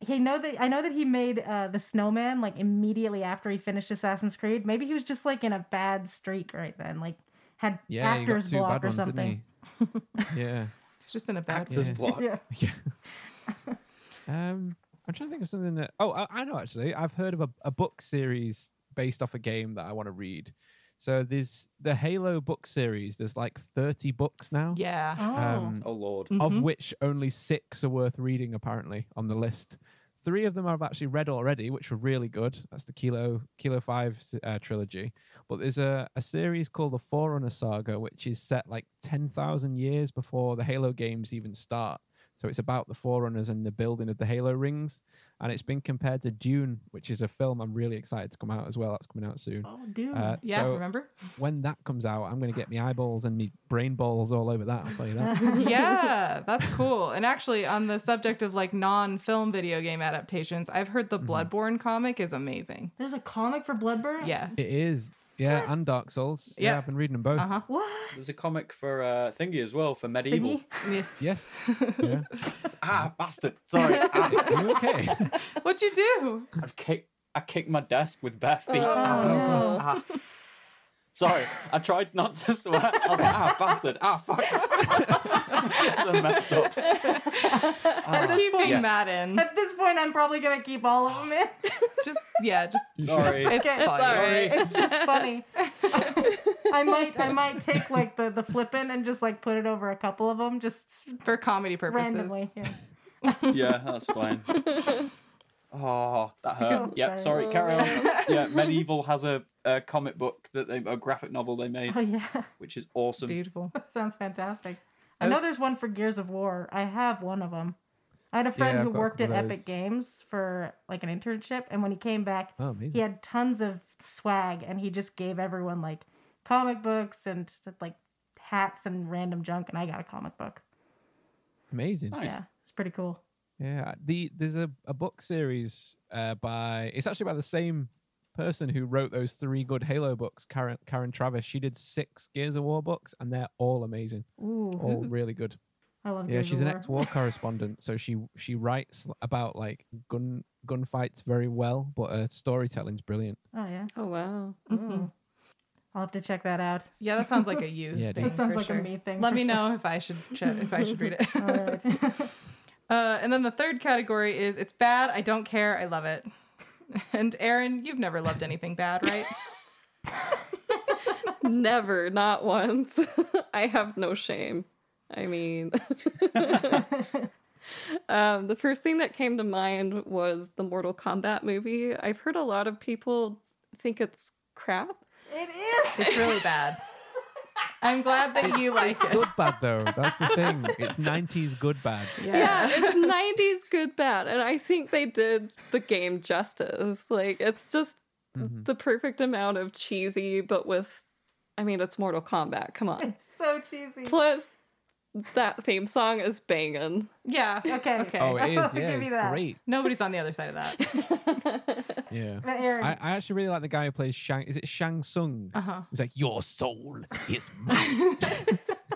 Speaker 4: he know that I know that he made uh, the Snowman like immediately after he finished Assassin's Creed. Maybe he was just like in a bad streak right then, like had
Speaker 1: Yeah, he got
Speaker 4: actors
Speaker 1: two
Speaker 4: block
Speaker 1: bad
Speaker 4: or
Speaker 1: ones,
Speaker 4: something.
Speaker 1: didn't he? yeah.
Speaker 3: [laughs]
Speaker 1: [laughs]
Speaker 3: It's just in a bad
Speaker 2: Actors
Speaker 1: Yeah.
Speaker 2: block.
Speaker 4: [laughs] Yeah.
Speaker 1: Yeah. um, I'm trying to think of something that. Oh, I, I know actually. I've heard of a, a book series based off a game that I want to read. So there's the Halo book series. There's like 30 books now,
Speaker 3: Yeah.
Speaker 4: Oh.
Speaker 1: Um,
Speaker 2: Oh lord.
Speaker 3: Mhm.
Speaker 1: of which only six are worth reading apparently on the list. Three of them I've actually read already, which were really good. That's the Kilo Kilo Five s- uh, trilogy. But there's a, a series called the Forerunner Saga, which is set like ten thousand years before the Halo games even start. So it's about the Forerunners and the building of the Halo rings, and it's been compared to Dune, which is a film I'm really excited to come out as well. That's coming out soon.
Speaker 4: Oh, dude. [laughs]
Speaker 1: Uh,
Speaker 3: Mm, yeah,
Speaker 1: so
Speaker 3: remember?
Speaker 1: when that comes out, I'm going to get my eyeballs and my brain balls all over that. I'll tell you that.
Speaker 3: yeah, that's cool. And actually, on the subject of like non-film video game adaptations, I've heard the
Speaker 1: Mhm.
Speaker 3: Bloodborne comic is amazing.
Speaker 4: There's a comic for Bloodburn.
Speaker 3: Yeah.
Speaker 1: It is. Yeah, and Dark Souls. Yeah,
Speaker 3: Yeah.
Speaker 1: I've been reading them both.
Speaker 3: Uh huh.
Speaker 4: What?
Speaker 2: There's a comic for uh, Thingy as well for medieval.
Speaker 4: Thingy?
Speaker 3: Yes. [laughs]
Speaker 1: Yes.
Speaker 4: [laughs]
Speaker 1: Yeah.
Speaker 2: ah, bastard. Sorry. Ah,
Speaker 1: Are you okay?
Speaker 3: What'd you do?
Speaker 2: I kicked I kicked my desk with bare feet.
Speaker 5: Oh,
Speaker 4: no.
Speaker 2: Ah. Sorry, I tried not to swear. I was like, ah, bastard. Ah, fuck. [laughs] I messed
Speaker 4: [laughs]
Speaker 2: up.
Speaker 3: We're
Speaker 2: Ah,
Speaker 3: keeping
Speaker 2: yes.
Speaker 3: that in.
Speaker 4: At this point, I'm probably gonna keep all of them in.
Speaker 3: Just yeah. Just
Speaker 1: You should-
Speaker 2: [laughs] Sorry.
Speaker 3: it's funny.
Speaker 4: Okay. It's
Speaker 5: alright.
Speaker 4: it's just funny. I might, I might take like the the flippin' and just like put it over a couple of them, just
Speaker 3: for comedy purposes.
Speaker 4: randomly. Yeah.
Speaker 2: Yeah, that's fine. [laughs] Oh, that hurt.
Speaker 4: Oh,
Speaker 2: Yep, sorry,
Speaker 4: sorry.
Speaker 2: carry on.
Speaker 5: [laughs]
Speaker 2: Yeah, Medieval has a, a comic book that they, a graphic novel they made,
Speaker 4: Oh yeah. [laughs]
Speaker 2: which is awesome.
Speaker 3: Beautiful.
Speaker 4: That sounds fantastic.
Speaker 3: Oh.
Speaker 4: I know there's one for Gears of War. I have one of them. I had a friend
Speaker 1: Yeah,
Speaker 4: who
Speaker 1: I've got a
Speaker 4: worked at
Speaker 1: couple of those.
Speaker 4: Epic Games for like an internship, and when he came back,
Speaker 1: Oh, amazing.
Speaker 4: he had tons of swag, and he just gave everyone like comic books and like hats and random junk, and I got a comic book.
Speaker 1: Amazing.
Speaker 2: Nice.
Speaker 4: Yeah, it's pretty cool.
Speaker 1: Yeah. The there's a, a book series uh, by it's actually by the same person who wrote those three good Halo books, Karen Karen Travis. She did six Gears of War books and they're all amazing.
Speaker 4: Ooh,
Speaker 1: All really
Speaker 4: [laughs]
Speaker 1: good.
Speaker 4: I love.
Speaker 1: Yeah,
Speaker 4: Gears
Speaker 1: she's
Speaker 4: of
Speaker 1: an
Speaker 4: War. [laughs]
Speaker 1: ex-war correspondent, so she she writes l- about like gun gunfights very well, but her storytelling's brilliant.
Speaker 4: Oh yeah.
Speaker 5: Oh wow.
Speaker 3: Mhm.
Speaker 4: Ooh. I'll have to check that out.
Speaker 3: Yeah, that sounds like a you.
Speaker 1: [laughs] Yeah, it
Speaker 3: thing
Speaker 1: is.
Speaker 4: That sounds
Speaker 3: for
Speaker 4: like
Speaker 3: sure.
Speaker 4: a me thing.
Speaker 3: Let
Speaker 4: for
Speaker 3: me
Speaker 4: sure.
Speaker 3: know if I
Speaker 4: [laughs]
Speaker 3: should ch- if I should read it.
Speaker 4: All right.
Speaker 3: [laughs] Uh, and then the third category is it's bad. I don't care. I love it. [laughs] And Aaron, you've never loved anything bad, right?
Speaker 5: Never, not once. [laughs] I have no shame. I mean, [laughs] um, the first thing that came to mind was the Mortal Kombat movie. I've heard a lot of people think it's crap.
Speaker 4: [laughs] it is.
Speaker 3: It's really bad. I'm glad that you like it.
Speaker 1: Good bad though, that's the
Speaker 4: [laughs]
Speaker 1: thing. It's 90s good bad.
Speaker 5: Yeah, it's 90s good bad. And I think they did the game justice. Like, it's just
Speaker 4: Hmm.
Speaker 1: Mhm.
Speaker 5: the perfect amount of cheesy, but with, I mean, it's Mortal Kombat. Come on.
Speaker 4: [laughs] It's so cheesy.
Speaker 5: Plus, that theme song is
Speaker 4: [laughs]
Speaker 5: banging.
Speaker 3: Yeah.
Speaker 4: Okay.
Speaker 3: Okay.
Speaker 1: Oh, it is.
Speaker 4: I'll
Speaker 1: Yeah,
Speaker 4: give
Speaker 1: it's
Speaker 4: you that.
Speaker 1: great.
Speaker 3: Nobody's on the other side of that.
Speaker 5: Oh,
Speaker 1: Yeah.
Speaker 4: But
Speaker 1: I,
Speaker 4: Aaron,
Speaker 1: I actually really like the guy who plays Shang. Is it Shang Tsung?
Speaker 3: Uh huh.
Speaker 1: He's like, Your soul is mine. [laughs]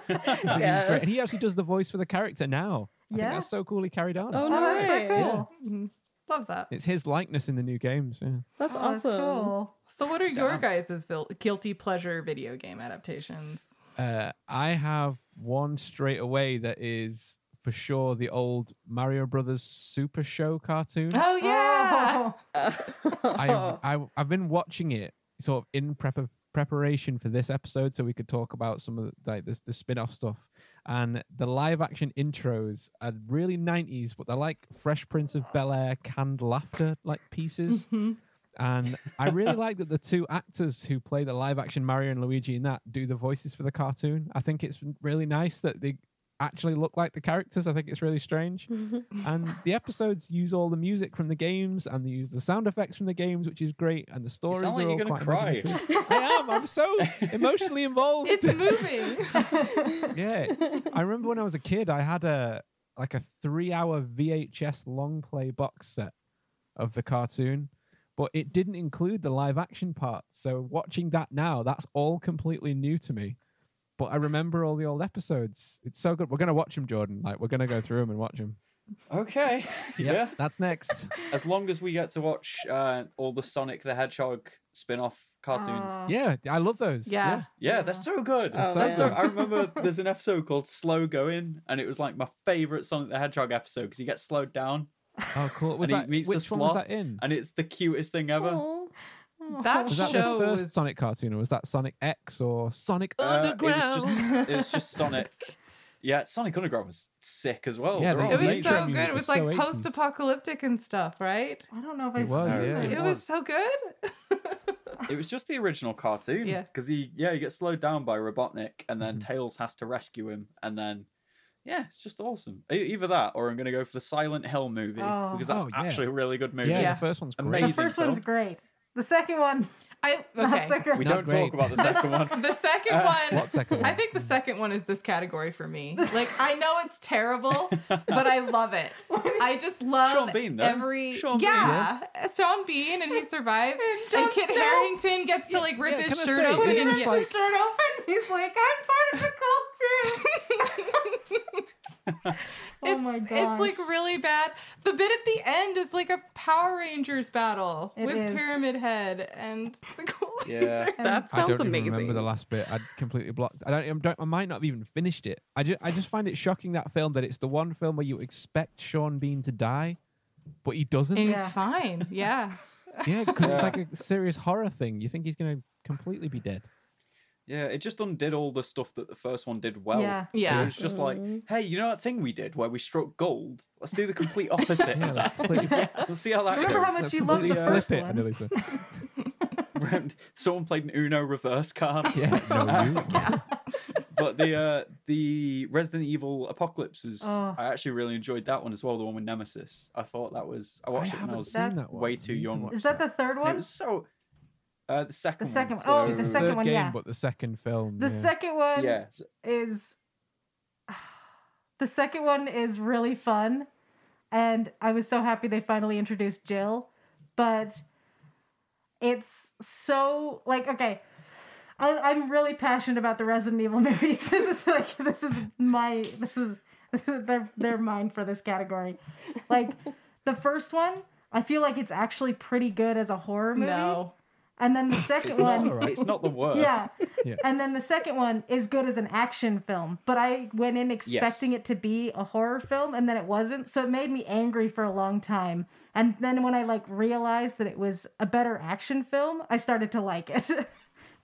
Speaker 5: Yes.
Speaker 1: Great. And he actually does the voice for the character now. I think
Speaker 4: Yeah.
Speaker 1: that's so cool he carried on.
Speaker 5: Oh,
Speaker 4: oh,
Speaker 5: no
Speaker 4: that's so
Speaker 5: way.
Speaker 4: cool.
Speaker 1: Yeah.
Speaker 3: Mm-hmm. Love that.
Speaker 1: It's his likeness in the new games. Yeah.
Speaker 5: That's
Speaker 4: Oh,
Speaker 5: awesome. [laughs]
Speaker 4: cool.
Speaker 3: So, what are your
Speaker 1: Damn.
Speaker 3: guys' vil- guilty pleasure video game adaptations?
Speaker 1: Uh, I have one straight away that is for sure the old Mario Brothers Super Show
Speaker 3: [laughs]
Speaker 1: cartoon.
Speaker 3: Oh [laughs] yeah.
Speaker 4: Oh.
Speaker 5: [laughs]
Speaker 4: [laughs]
Speaker 1: I, I I've been watching it sort of in prep preparation for this episode, so we could talk about some of the, like the, the spin-off stuff. And the live action intros are really 90s, but they're like Fresh Prince of Bel Air canned laughter like
Speaker 3: [laughs]
Speaker 1: pieces.
Speaker 3: Mhm.
Speaker 1: And I really like that the two actors who play the live action Mario and Luigi in that do the voices for the cartoon. I think it's really nice that they actually look like the characters. I think it's really strange. and the episodes use all the music from the games and they use the sound effects from the games, which is great. And the stories
Speaker 2: like
Speaker 1: are
Speaker 2: you're
Speaker 1: all
Speaker 2: gonna
Speaker 1: quite
Speaker 2: cry.
Speaker 1: imaginative. I am. I'm so emotionally involved. [laughs]
Speaker 3: It's moving. [laughs]
Speaker 1: yeah. I remember when I was a kid, I had a like a three-hour VHS long play box set of the cartoon, but it didn't include the live action part. So watching that now, that's all completely new to me. But I remember all the old episodes. It's so good. We're gonna watch them, Jordan. Like we're gonna go through them and watch them.
Speaker 2: Okay.
Speaker 1: Yep,
Speaker 2: [laughs] Yeah.
Speaker 1: That's next.
Speaker 2: As long as we get to watch uh, all the Sonic the Hedgehog spin-off cartoons.
Speaker 4: Aw.
Speaker 1: Yeah, I love those.
Speaker 3: Yeah.
Speaker 2: yeah, that's so good.
Speaker 5: Oh,
Speaker 2: that's so,
Speaker 1: man.
Speaker 2: I remember there's an episode called Slow Going, and it was like my favorite Sonic the Hedgehog episode because he gets slowed down,
Speaker 1: Oh, cool. Was
Speaker 2: he
Speaker 1: that
Speaker 2: meets the
Speaker 1: which one was
Speaker 2: sloth
Speaker 1: that in?
Speaker 2: and it's the cutest thing ever.
Speaker 5: Aw.
Speaker 3: That
Speaker 1: Was
Speaker 4: Aw.
Speaker 1: that
Speaker 3: show
Speaker 1: the first
Speaker 3: was-
Speaker 1: Sonic cartoon, or was that Sonic X or Sonic
Speaker 2: Uh, it was
Speaker 1: Underground?
Speaker 2: just- It's just Sonic. Yeah, Sonic Underground was sick as well.
Speaker 1: Yeah, they-
Speaker 2: They're all
Speaker 3: It was
Speaker 1: Nature
Speaker 2: amazing.
Speaker 3: so
Speaker 1: music
Speaker 3: good. It
Speaker 1: was
Speaker 3: was
Speaker 1: so
Speaker 3: like
Speaker 1: 80s.
Speaker 3: post apocalyptic and stuff, right?
Speaker 4: I don't know if I
Speaker 1: It was,
Speaker 4: saw
Speaker 2: yeah,
Speaker 4: that.
Speaker 3: It was so good.
Speaker 2: It was just the original cartoon.
Speaker 3: Yeah.
Speaker 2: Because he, yeah, he gets slowed down by Robotnik,
Speaker 1: Mm-hmm.
Speaker 2: and then Tails has to rescue him, and then, yeah, it's just awesome. E- Either that, or I'm gonna go for the Silent Hill movie
Speaker 4: Oh.
Speaker 2: because that's
Speaker 1: Oh, yeah.
Speaker 2: actually a really good movie.
Speaker 1: yeah,
Speaker 3: Yeah.
Speaker 1: the first one's great.
Speaker 4: The
Speaker 2: Amazing.
Speaker 4: first
Speaker 2: film.
Speaker 4: one's great. The second one, [laughs]
Speaker 3: I
Speaker 4: not so
Speaker 3: okay.
Speaker 4: great.
Speaker 2: We
Speaker 1: Not
Speaker 2: don't
Speaker 1: great.
Speaker 2: talk about the
Speaker 3: The, [laughs]
Speaker 2: second one.
Speaker 3: s- the second
Speaker 2: Uh,
Speaker 3: one.
Speaker 4: [laughs]
Speaker 1: What second?
Speaker 3: I
Speaker 1: one?
Speaker 3: think the second one is this category for me. Like I know it's terrible,
Speaker 2: [laughs]
Speaker 3: but I love it. I just love
Speaker 2: Sean Bean, though.
Speaker 3: every
Speaker 2: Sean Bean.
Speaker 3: yeah, Sean Bean, and he survives.
Speaker 4: And
Speaker 3: and
Speaker 4: Jon
Speaker 3: Kit
Speaker 4: Snow.
Speaker 3: Harrington gets to like rip
Speaker 1: yeah,
Speaker 3: his
Speaker 1: can I
Speaker 3: shirt
Speaker 1: say,
Speaker 3: open.
Speaker 4: When
Speaker 1: it's
Speaker 4: he
Speaker 3: and
Speaker 4: rips
Speaker 1: just
Speaker 3: get- [laughs]
Speaker 1: like-
Speaker 4: his shirt open, he's like, "I'm part of the cult too." oh
Speaker 3: it's,
Speaker 4: my god!
Speaker 3: it's like really bad. The bit at the end is like a Power Rangers battle
Speaker 4: It
Speaker 3: with
Speaker 4: is.
Speaker 3: Pyramid Head and the [laughs] gold.
Speaker 2: Yeah.
Speaker 5: That
Speaker 1: I
Speaker 5: sounds
Speaker 1: don't
Speaker 5: amazing.
Speaker 1: even remember
Speaker 5: [laughs]
Speaker 1: the last [laughs] bit. I completely blocked. I don't, I don't. I might not have even finished it. I just, I just find it shocking that film that it's the one film where you expect Sean Bean to die, but he doesn't.
Speaker 3: And
Speaker 4: Yeah.
Speaker 3: he's fine. Yeah.
Speaker 1: Yeah, because it's
Speaker 2: Yeah.
Speaker 1: like a serious horror thing. You think he's going to completely be dead.
Speaker 2: Yeah, it just undid all the stuff that the first one did well.
Speaker 4: Yeah.
Speaker 2: It
Speaker 3: Yeah.
Speaker 2: was just like, hey, you know that thing we did where we struck gold? Let's do the complete opposite
Speaker 1: Yeah,
Speaker 2: of
Speaker 1: that's
Speaker 2: that.
Speaker 1: completely.
Speaker 2: Let's see how that
Speaker 4: Remember how
Speaker 2: goes.
Speaker 4: much
Speaker 1: that's
Speaker 4: you loved the
Speaker 1: completely
Speaker 4: first
Speaker 1: flip it,
Speaker 4: one.
Speaker 1: Annalisa.
Speaker 4: [laughs]
Speaker 2: [laughs] Someone played an Uno reverse card.
Speaker 1: Yeah,
Speaker 2: [laughs]
Speaker 1: no, you.
Speaker 2: But the uh, the Resident Evil Apocalypse was
Speaker 4: Oh.
Speaker 2: I actually really enjoyed that one as well, the one with Nemesis. I thought that was I
Speaker 1: I
Speaker 2: watched it when I
Speaker 1: haven't
Speaker 2: was
Speaker 1: seen that,
Speaker 4: That-
Speaker 1: one.
Speaker 2: way
Speaker 1: I
Speaker 2: too
Speaker 1: need to
Speaker 2: young.
Speaker 1: watch
Speaker 4: Is that
Speaker 1: that.
Speaker 4: the third
Speaker 2: and it
Speaker 4: one?
Speaker 2: was so uh, the second
Speaker 4: The second
Speaker 2: one.
Speaker 4: one. Oh,
Speaker 2: so-
Speaker 1: It's the
Speaker 4: second
Speaker 1: third
Speaker 4: one,
Speaker 1: game,
Speaker 4: yeah.
Speaker 1: but the second film.
Speaker 4: The
Speaker 1: yeah.
Speaker 4: second one
Speaker 2: Yeah. so-
Speaker 4: is the second one is really fun, and I was so happy they finally introduced Jill, but it's so like okay. I, I'm really passionate about the Resident Evil [laughs] movies. This is like this is my this is, this is they're they're mine for this category. Like the first one, I feel like it's actually pretty good as a horror movie,
Speaker 3: No.
Speaker 4: and then the second
Speaker 2: It's
Speaker 4: one,
Speaker 2: not, it's not the
Speaker 4: [laughs]
Speaker 2: worst.
Speaker 4: yeah.
Speaker 1: Yeah.
Speaker 4: And then the second one is good as an action film, but I went in expecting it to be a horror film and then it wasn't. So it made me angry for a long time. And then when I like realized that it was a better action film, I started to like it. [laughs]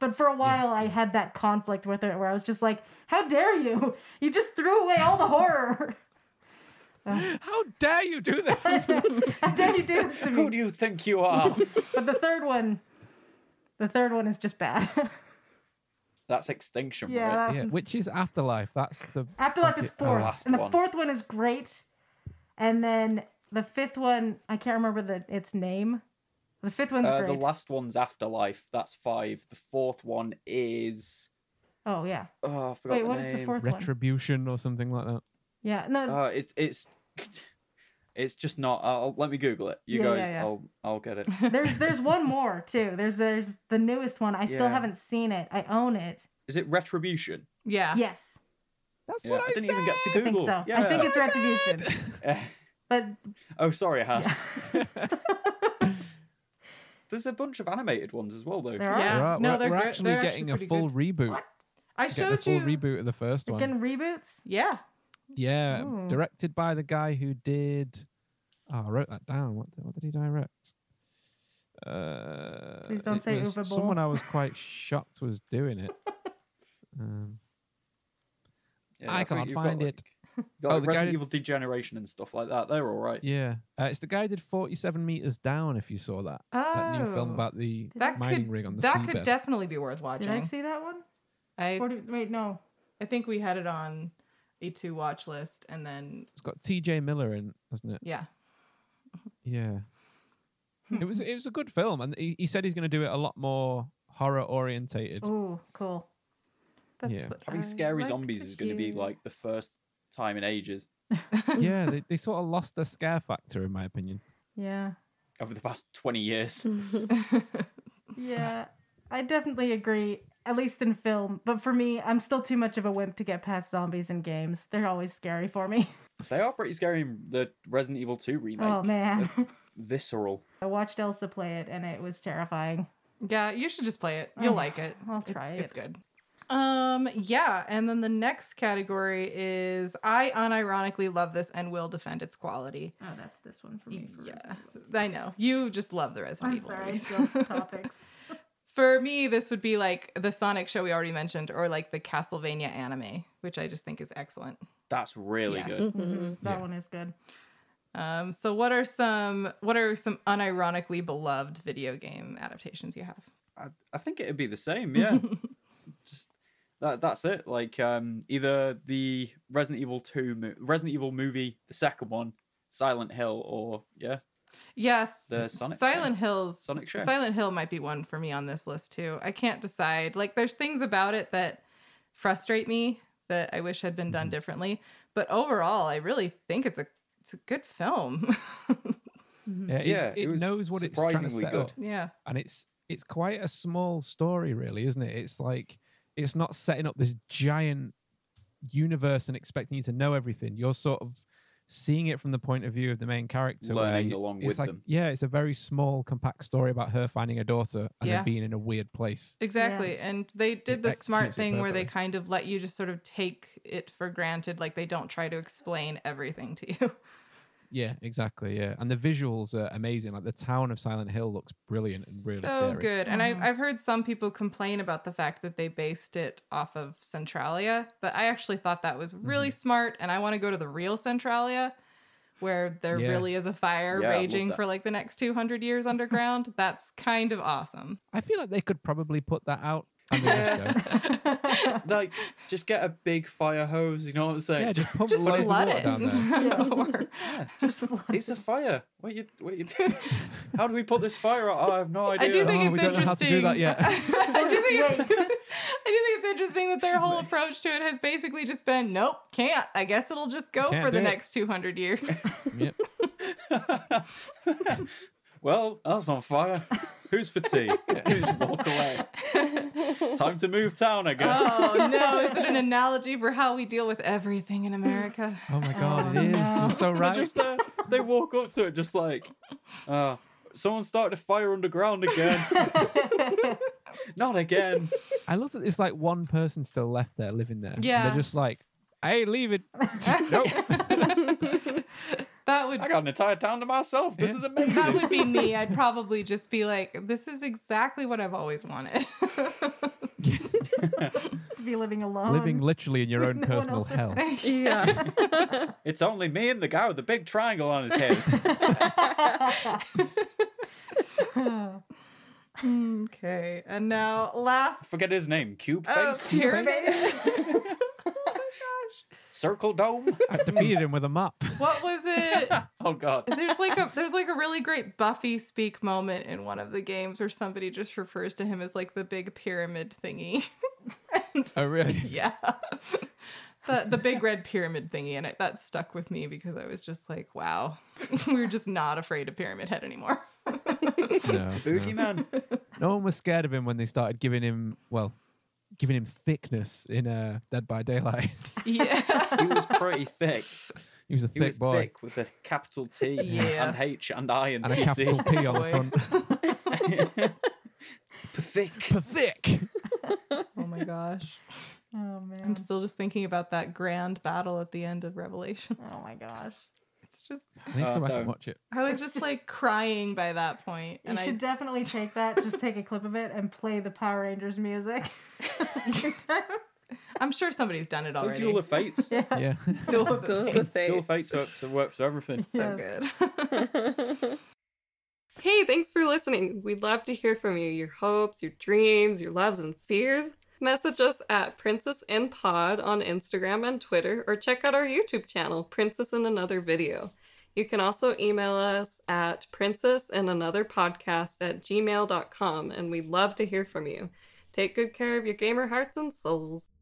Speaker 4: but for a while I had that conflict with it where I was just like, "How dare you? You just threw away all the horror. [laughs]
Speaker 1: How dare you do this?
Speaker 4: How dare you do this to
Speaker 2: Who
Speaker 4: me?"
Speaker 2: do you think
Speaker 4: [laughs]
Speaker 2: you are?
Speaker 4: But the third one the third one is just bad. [laughs]
Speaker 2: That's extinction,
Speaker 4: yeah,
Speaker 2: right?
Speaker 4: that
Speaker 1: yeah,
Speaker 4: one's-
Speaker 1: which is Afterlife. That's the.
Speaker 4: Afterlife is
Speaker 1: Okay,
Speaker 4: fourth,
Speaker 2: last
Speaker 4: and the
Speaker 2: one.
Speaker 4: fourth one is great. And then the fifth one, I can't remember the its name. The fifth one's
Speaker 2: Uh, the
Speaker 4: great.
Speaker 2: last one's Afterlife. That's five. The fourth one is.
Speaker 4: oh yeah,
Speaker 2: Oh, I forgot
Speaker 4: wait,
Speaker 2: the
Speaker 4: what
Speaker 2: name.
Speaker 4: is the fourth one?
Speaker 1: Retribution or something like that.
Speaker 4: Yeah, no,
Speaker 2: Uh, it, it's [laughs] it's just not. I'll, let me Google it. You
Speaker 4: Yeah, yeah,
Speaker 2: guys,
Speaker 4: yeah.
Speaker 2: I'll I'll get
Speaker 4: [laughs]
Speaker 2: it.
Speaker 4: there's there's one more too. There's there's the newest one. I still
Speaker 2: Yeah.
Speaker 4: haven't seen it. I own it.
Speaker 2: Is it Retribution?
Speaker 3: Yeah.
Speaker 4: Yes,
Speaker 1: That's
Speaker 2: Yeah,
Speaker 1: what
Speaker 2: I
Speaker 1: I,
Speaker 2: didn't even get to
Speaker 1: said.
Speaker 4: I think
Speaker 2: Google.
Speaker 4: so.
Speaker 2: Yeah.
Speaker 4: I think it's Retribution. But
Speaker 2: [laughs] oh, sorry, Has. [laughs] There's a bunch of animated ones as well, though. [laughs]
Speaker 4: There are.
Speaker 3: Yeah.
Speaker 1: We're,
Speaker 3: No,
Speaker 1: we're-
Speaker 3: they're
Speaker 1: we're
Speaker 3: gr-
Speaker 1: actually
Speaker 3: they're
Speaker 1: getting
Speaker 3: actually
Speaker 1: a full reboot.
Speaker 3: I
Speaker 1: Getting a
Speaker 3: showed
Speaker 1: full
Speaker 3: you.
Speaker 1: reboot of the first one.
Speaker 4: again, reboots.
Speaker 3: Yeah.
Speaker 1: Yeah,
Speaker 4: Oh.
Speaker 1: directed by the guy who did. Oh, I wrote that down. What what did he direct? Uh,
Speaker 4: Please don't
Speaker 1: it
Speaker 4: say
Speaker 1: was
Speaker 4: Uwe Boll.
Speaker 1: Someone I was quite shocked was doing
Speaker 4: [laughs]
Speaker 1: it. Um,
Speaker 2: Yeah,
Speaker 1: I
Speaker 2: think
Speaker 1: can't
Speaker 2: you've got,
Speaker 1: find
Speaker 2: like-
Speaker 1: it.
Speaker 2: you've got,
Speaker 1: Oh,
Speaker 2: like,
Speaker 1: the guy
Speaker 2: Resident
Speaker 1: did-
Speaker 2: Evil Degeneration and stuff like that. They're all right.
Speaker 1: yeah, uh, it's the guy who did Forty Seven Meters Down. If you saw that,
Speaker 3: Oh.
Speaker 1: that new film about the
Speaker 3: that
Speaker 1: mining
Speaker 3: could,
Speaker 1: rig on the
Speaker 3: That could
Speaker 1: seabed.
Speaker 3: definitely be worth
Speaker 4: Did I
Speaker 3: watching.
Speaker 4: see that one?
Speaker 3: I,
Speaker 4: 40, wait, no.
Speaker 3: I think we had it on a two watch list and then
Speaker 1: it's got T.J. Miller in, hasn't it?
Speaker 3: yeah.
Speaker 1: Yeah. It was it was a good film, and he, he said he's going to do it a lot more horror orientated.
Speaker 4: Oh, [laughs] cool.
Speaker 3: That's
Speaker 1: Yeah.
Speaker 3: what
Speaker 2: Having
Speaker 3: I
Speaker 2: scary
Speaker 3: like
Speaker 2: zombies
Speaker 3: to
Speaker 2: is going to be
Speaker 3: hear.
Speaker 2: like the first time in ages
Speaker 1: yeah, they, they sort of lost the scare factor, in my opinion.
Speaker 4: Yeah.
Speaker 2: over the past twenty years.
Speaker 4: [laughs] Yeah, I definitely agree. At least in film, but for me, I'm still too much of a wimp to get past zombies in games. They're always scary for me.
Speaker 2: They are pretty scary in the Resident Evil 2 remake.
Speaker 4: Oh man,
Speaker 2: Visceral.
Speaker 4: I watched Elsa play it and it was terrifying.
Speaker 3: [laughs] Yeah, you should just play it. You'll
Speaker 4: Oh,
Speaker 3: like it.
Speaker 4: I'll
Speaker 3: It's-
Speaker 4: try
Speaker 3: It's
Speaker 4: it.
Speaker 3: good. Um, yeah, and then the next category is I unironically love this and will defend its quality.
Speaker 4: Oh, that's this one for me. for
Speaker 3: Yeah,
Speaker 4: Resident Evil.
Speaker 3: I know. You just love the Resident
Speaker 4: I'm
Speaker 3: Evil
Speaker 4: sorry.
Speaker 3: movies. [laughs]
Speaker 4: still topics.
Speaker 3: For me, this would be like the Sonic show we already mentioned, or like the Castlevania anime, which I just think is excellent.
Speaker 2: That's really
Speaker 3: Yeah.
Speaker 2: good.
Speaker 5: Mm-hmm.
Speaker 4: Mhm, That
Speaker 1: Yeah.
Speaker 4: one is good.
Speaker 3: Um, so what are some what are some unironically beloved video game adaptations you have?
Speaker 2: I, I think it'd be the same, yeah. Just that that's it. Like um either the Resident Evil 2 mo- Resident Evil movie, the second one, Silent Hill or yeah,
Speaker 3: [laughs] Yes,
Speaker 2: The Sonic
Speaker 3: Silent Hills.
Speaker 2: Sonic show.
Speaker 3: Silent Hill might be one for me on this list too. I can't decide. Like, there's things about it that frustrate me that I wish had been done
Speaker 2: Mm-hmm.
Speaker 1: Mhm.
Speaker 3: differently. But overall, I really think it's a it's a good film. [laughs]
Speaker 4: Mhm.
Speaker 1: Yeah, it's,
Speaker 2: Yeah,
Speaker 1: it,
Speaker 2: it was
Speaker 1: knows what it's trying to
Speaker 2: surprisingly
Speaker 1: set
Speaker 2: good.
Speaker 1: up,
Speaker 3: yeah,
Speaker 1: and it's it's quite a small story, really, isn't it? It's like it's not setting up this giant universe and expecting you to know everything. You're sort of seeing it from the point of view of the main character, where
Speaker 2: learning
Speaker 1: you-
Speaker 2: along
Speaker 1: it's
Speaker 2: with
Speaker 1: like
Speaker 2: them.
Speaker 1: yeah, it's a very small, compact story about her finding a daughter and
Speaker 3: Yeah.
Speaker 1: then being in a weird place.
Speaker 3: exactly.
Speaker 4: Yes.
Speaker 3: And they did
Speaker 1: It
Speaker 3: the smart
Speaker 1: executes it
Speaker 3: thing where they
Speaker 1: perfectly.
Speaker 3: kind of let you just sort of take it for granted. Like they don't try to explain everything
Speaker 1: [laughs]
Speaker 3: to you.
Speaker 1: Yeah, exactly. Yeah, and the visuals are amazing. Like the town of Silent Hill looks brilliant and really
Speaker 3: so
Speaker 1: scary.
Speaker 3: good. And I've,
Speaker 4: Mhm.
Speaker 3: I've heard some people complain about the fact that they based it off of Centralia, but I actually thought that was really
Speaker 1: Mm-hmm.
Speaker 3: smart. And I want to go to the real Centralia where there
Speaker 1: Yeah.
Speaker 3: really is a fire
Speaker 2: Yeah, I love
Speaker 3: raging
Speaker 2: that.
Speaker 3: for like the next 200 years underground. That's kind of awesome.
Speaker 1: I feel like they could probably put that out. And they just go,
Speaker 3: [laughs]
Speaker 2: [laughs] Like just get a big fire hose, you know what I'm saying?
Speaker 1: yeah, just pump
Speaker 3: Just
Speaker 1: loads of
Speaker 3: flood
Speaker 1: water
Speaker 3: it.
Speaker 1: down
Speaker 3: [laughs]
Speaker 1: there.
Speaker 3: Or-
Speaker 2: Yeah,
Speaker 4: Just
Speaker 1: [laughs]
Speaker 2: It's a fire. What you? What you? [laughs] How do we put this fire out? I have no idea.
Speaker 3: I do think
Speaker 1: Oh,
Speaker 3: it's
Speaker 1: we
Speaker 3: interesting.
Speaker 1: don't know how to do that yet.
Speaker 3: [laughs] I do think
Speaker 2: [laughs]
Speaker 3: it's. [laughs] I do
Speaker 4: Wait.
Speaker 3: think it's interesting that their whole approach to it has basically just been, nope, can't. I guess it'll just go
Speaker 1: Can't
Speaker 3: for the
Speaker 1: do it."
Speaker 3: next 200
Speaker 1: [laughs]
Speaker 3: years.
Speaker 1: Yep.
Speaker 2: [laughs] well, that's on fire. Who's for
Speaker 3: [laughs]
Speaker 2: tea? Just walk away. Time to move town, I guess. [laughs]
Speaker 3: Oh no, is it an analogy for how we deal with everything
Speaker 1: [laughs]
Speaker 3: in America?
Speaker 1: Oh my god,
Speaker 4: Oh,
Speaker 1: it is.
Speaker 4: no.
Speaker 1: This
Speaker 3: [laughs]
Speaker 1: is so
Speaker 2: They're
Speaker 1: right.
Speaker 2: just uh, they walk up to it just like, uh, someone started a fire underground again. [laughs] Not again.
Speaker 1: I love that it's like one person still left there living there. and
Speaker 3: Yeah.
Speaker 1: they're just like, hey, leave
Speaker 3: [laughs]
Speaker 1: it. nope. Mm-hmm.
Speaker 4: [laughs]
Speaker 3: That would
Speaker 2: I got an entire town to myself. This
Speaker 1: Yeah.
Speaker 2: is amazing.
Speaker 3: that would be me. I'd probably just be like, this is exactly what I've always wanted. [laughs]
Speaker 4: to be living alone. [laughs]
Speaker 1: Living literally in your own
Speaker 4: No one
Speaker 1: personal
Speaker 4: else-
Speaker 1: hell.
Speaker 5: Yeah.
Speaker 2: It's only me and the guy with the big triangle on his head.
Speaker 3: [laughs]
Speaker 4: Oh,
Speaker 3: okay. And now last
Speaker 2: Forget his name. Cube
Speaker 3: oh,
Speaker 2: face.
Speaker 3: here it is. [laughs] Oh
Speaker 2: Circle dome.
Speaker 1: I defeated him with a
Speaker 3: [laughs]
Speaker 1: map.
Speaker 3: what was it?
Speaker 2: Oh
Speaker 3: [laughs]
Speaker 2: god.
Speaker 3: There's like a there's like a really great Buffy speak moment in one of the games where somebody just refers to him as like the big pyramid thingy. [laughs] and
Speaker 1: Oh, really?
Speaker 3: yeah the, the big red pyramid thingy and it that stuck with me because i was just like wow [laughs] we're just not afraid of pyramid head anymore [laughs]
Speaker 1: No, no.
Speaker 2: Boogeyman.
Speaker 1: No one was scared of him when they started giving him, well, giving him thickness in uh, Dead by Daylight. [laughs]
Speaker 3: yeah
Speaker 2: He was pretty thick.
Speaker 1: he was a
Speaker 2: He
Speaker 1: thick
Speaker 2: was
Speaker 1: boy.
Speaker 2: thick with a capital T
Speaker 3: Yeah.
Speaker 2: and H and I and,
Speaker 1: And
Speaker 2: [laughs]
Speaker 1: a
Speaker 2: CC.
Speaker 1: capital P on the
Speaker 3: Boy.
Speaker 1: front. [laughs]
Speaker 2: thick.
Speaker 1: Thick.
Speaker 3: [laughs] oh my gosh
Speaker 4: oh
Speaker 3: i'm
Speaker 4: man.
Speaker 3: still just thinking about that grand battle at the end of revelation [laughs]
Speaker 4: Oh my gosh.
Speaker 3: it's just
Speaker 1: I need to
Speaker 2: Uh,
Speaker 1: go back
Speaker 2: don't.
Speaker 1: and watch it.
Speaker 3: i was just like crying by that point
Speaker 4: You
Speaker 3: and
Speaker 4: should
Speaker 3: i
Speaker 4: definitely take that. Just take a clip of it and play the Power Rangers music. [laughs]
Speaker 3: i'm sure somebody's done it
Speaker 2: Oh,
Speaker 3: already
Speaker 2: Duel of Fates.
Speaker 4: yeah.
Speaker 1: Yeah.
Speaker 3: Duel of
Speaker 5: Duel of
Speaker 3: Fates.
Speaker 5: Fates.
Speaker 2: Duel of Fates works, works for everything.
Speaker 3: so good
Speaker 5: [laughs] hey, thanks for listening. We'd love to hear from you your hopes, your dreams, your loves, and fears. Message us at Princess in Pod on Instagram and Twitter, or check out our YouTube channel, Princess in Another Video. You can also email us at princessinanotherpodcast at gmail.com, and we'd love to hear from you. Take good care of your gamer hearts and souls.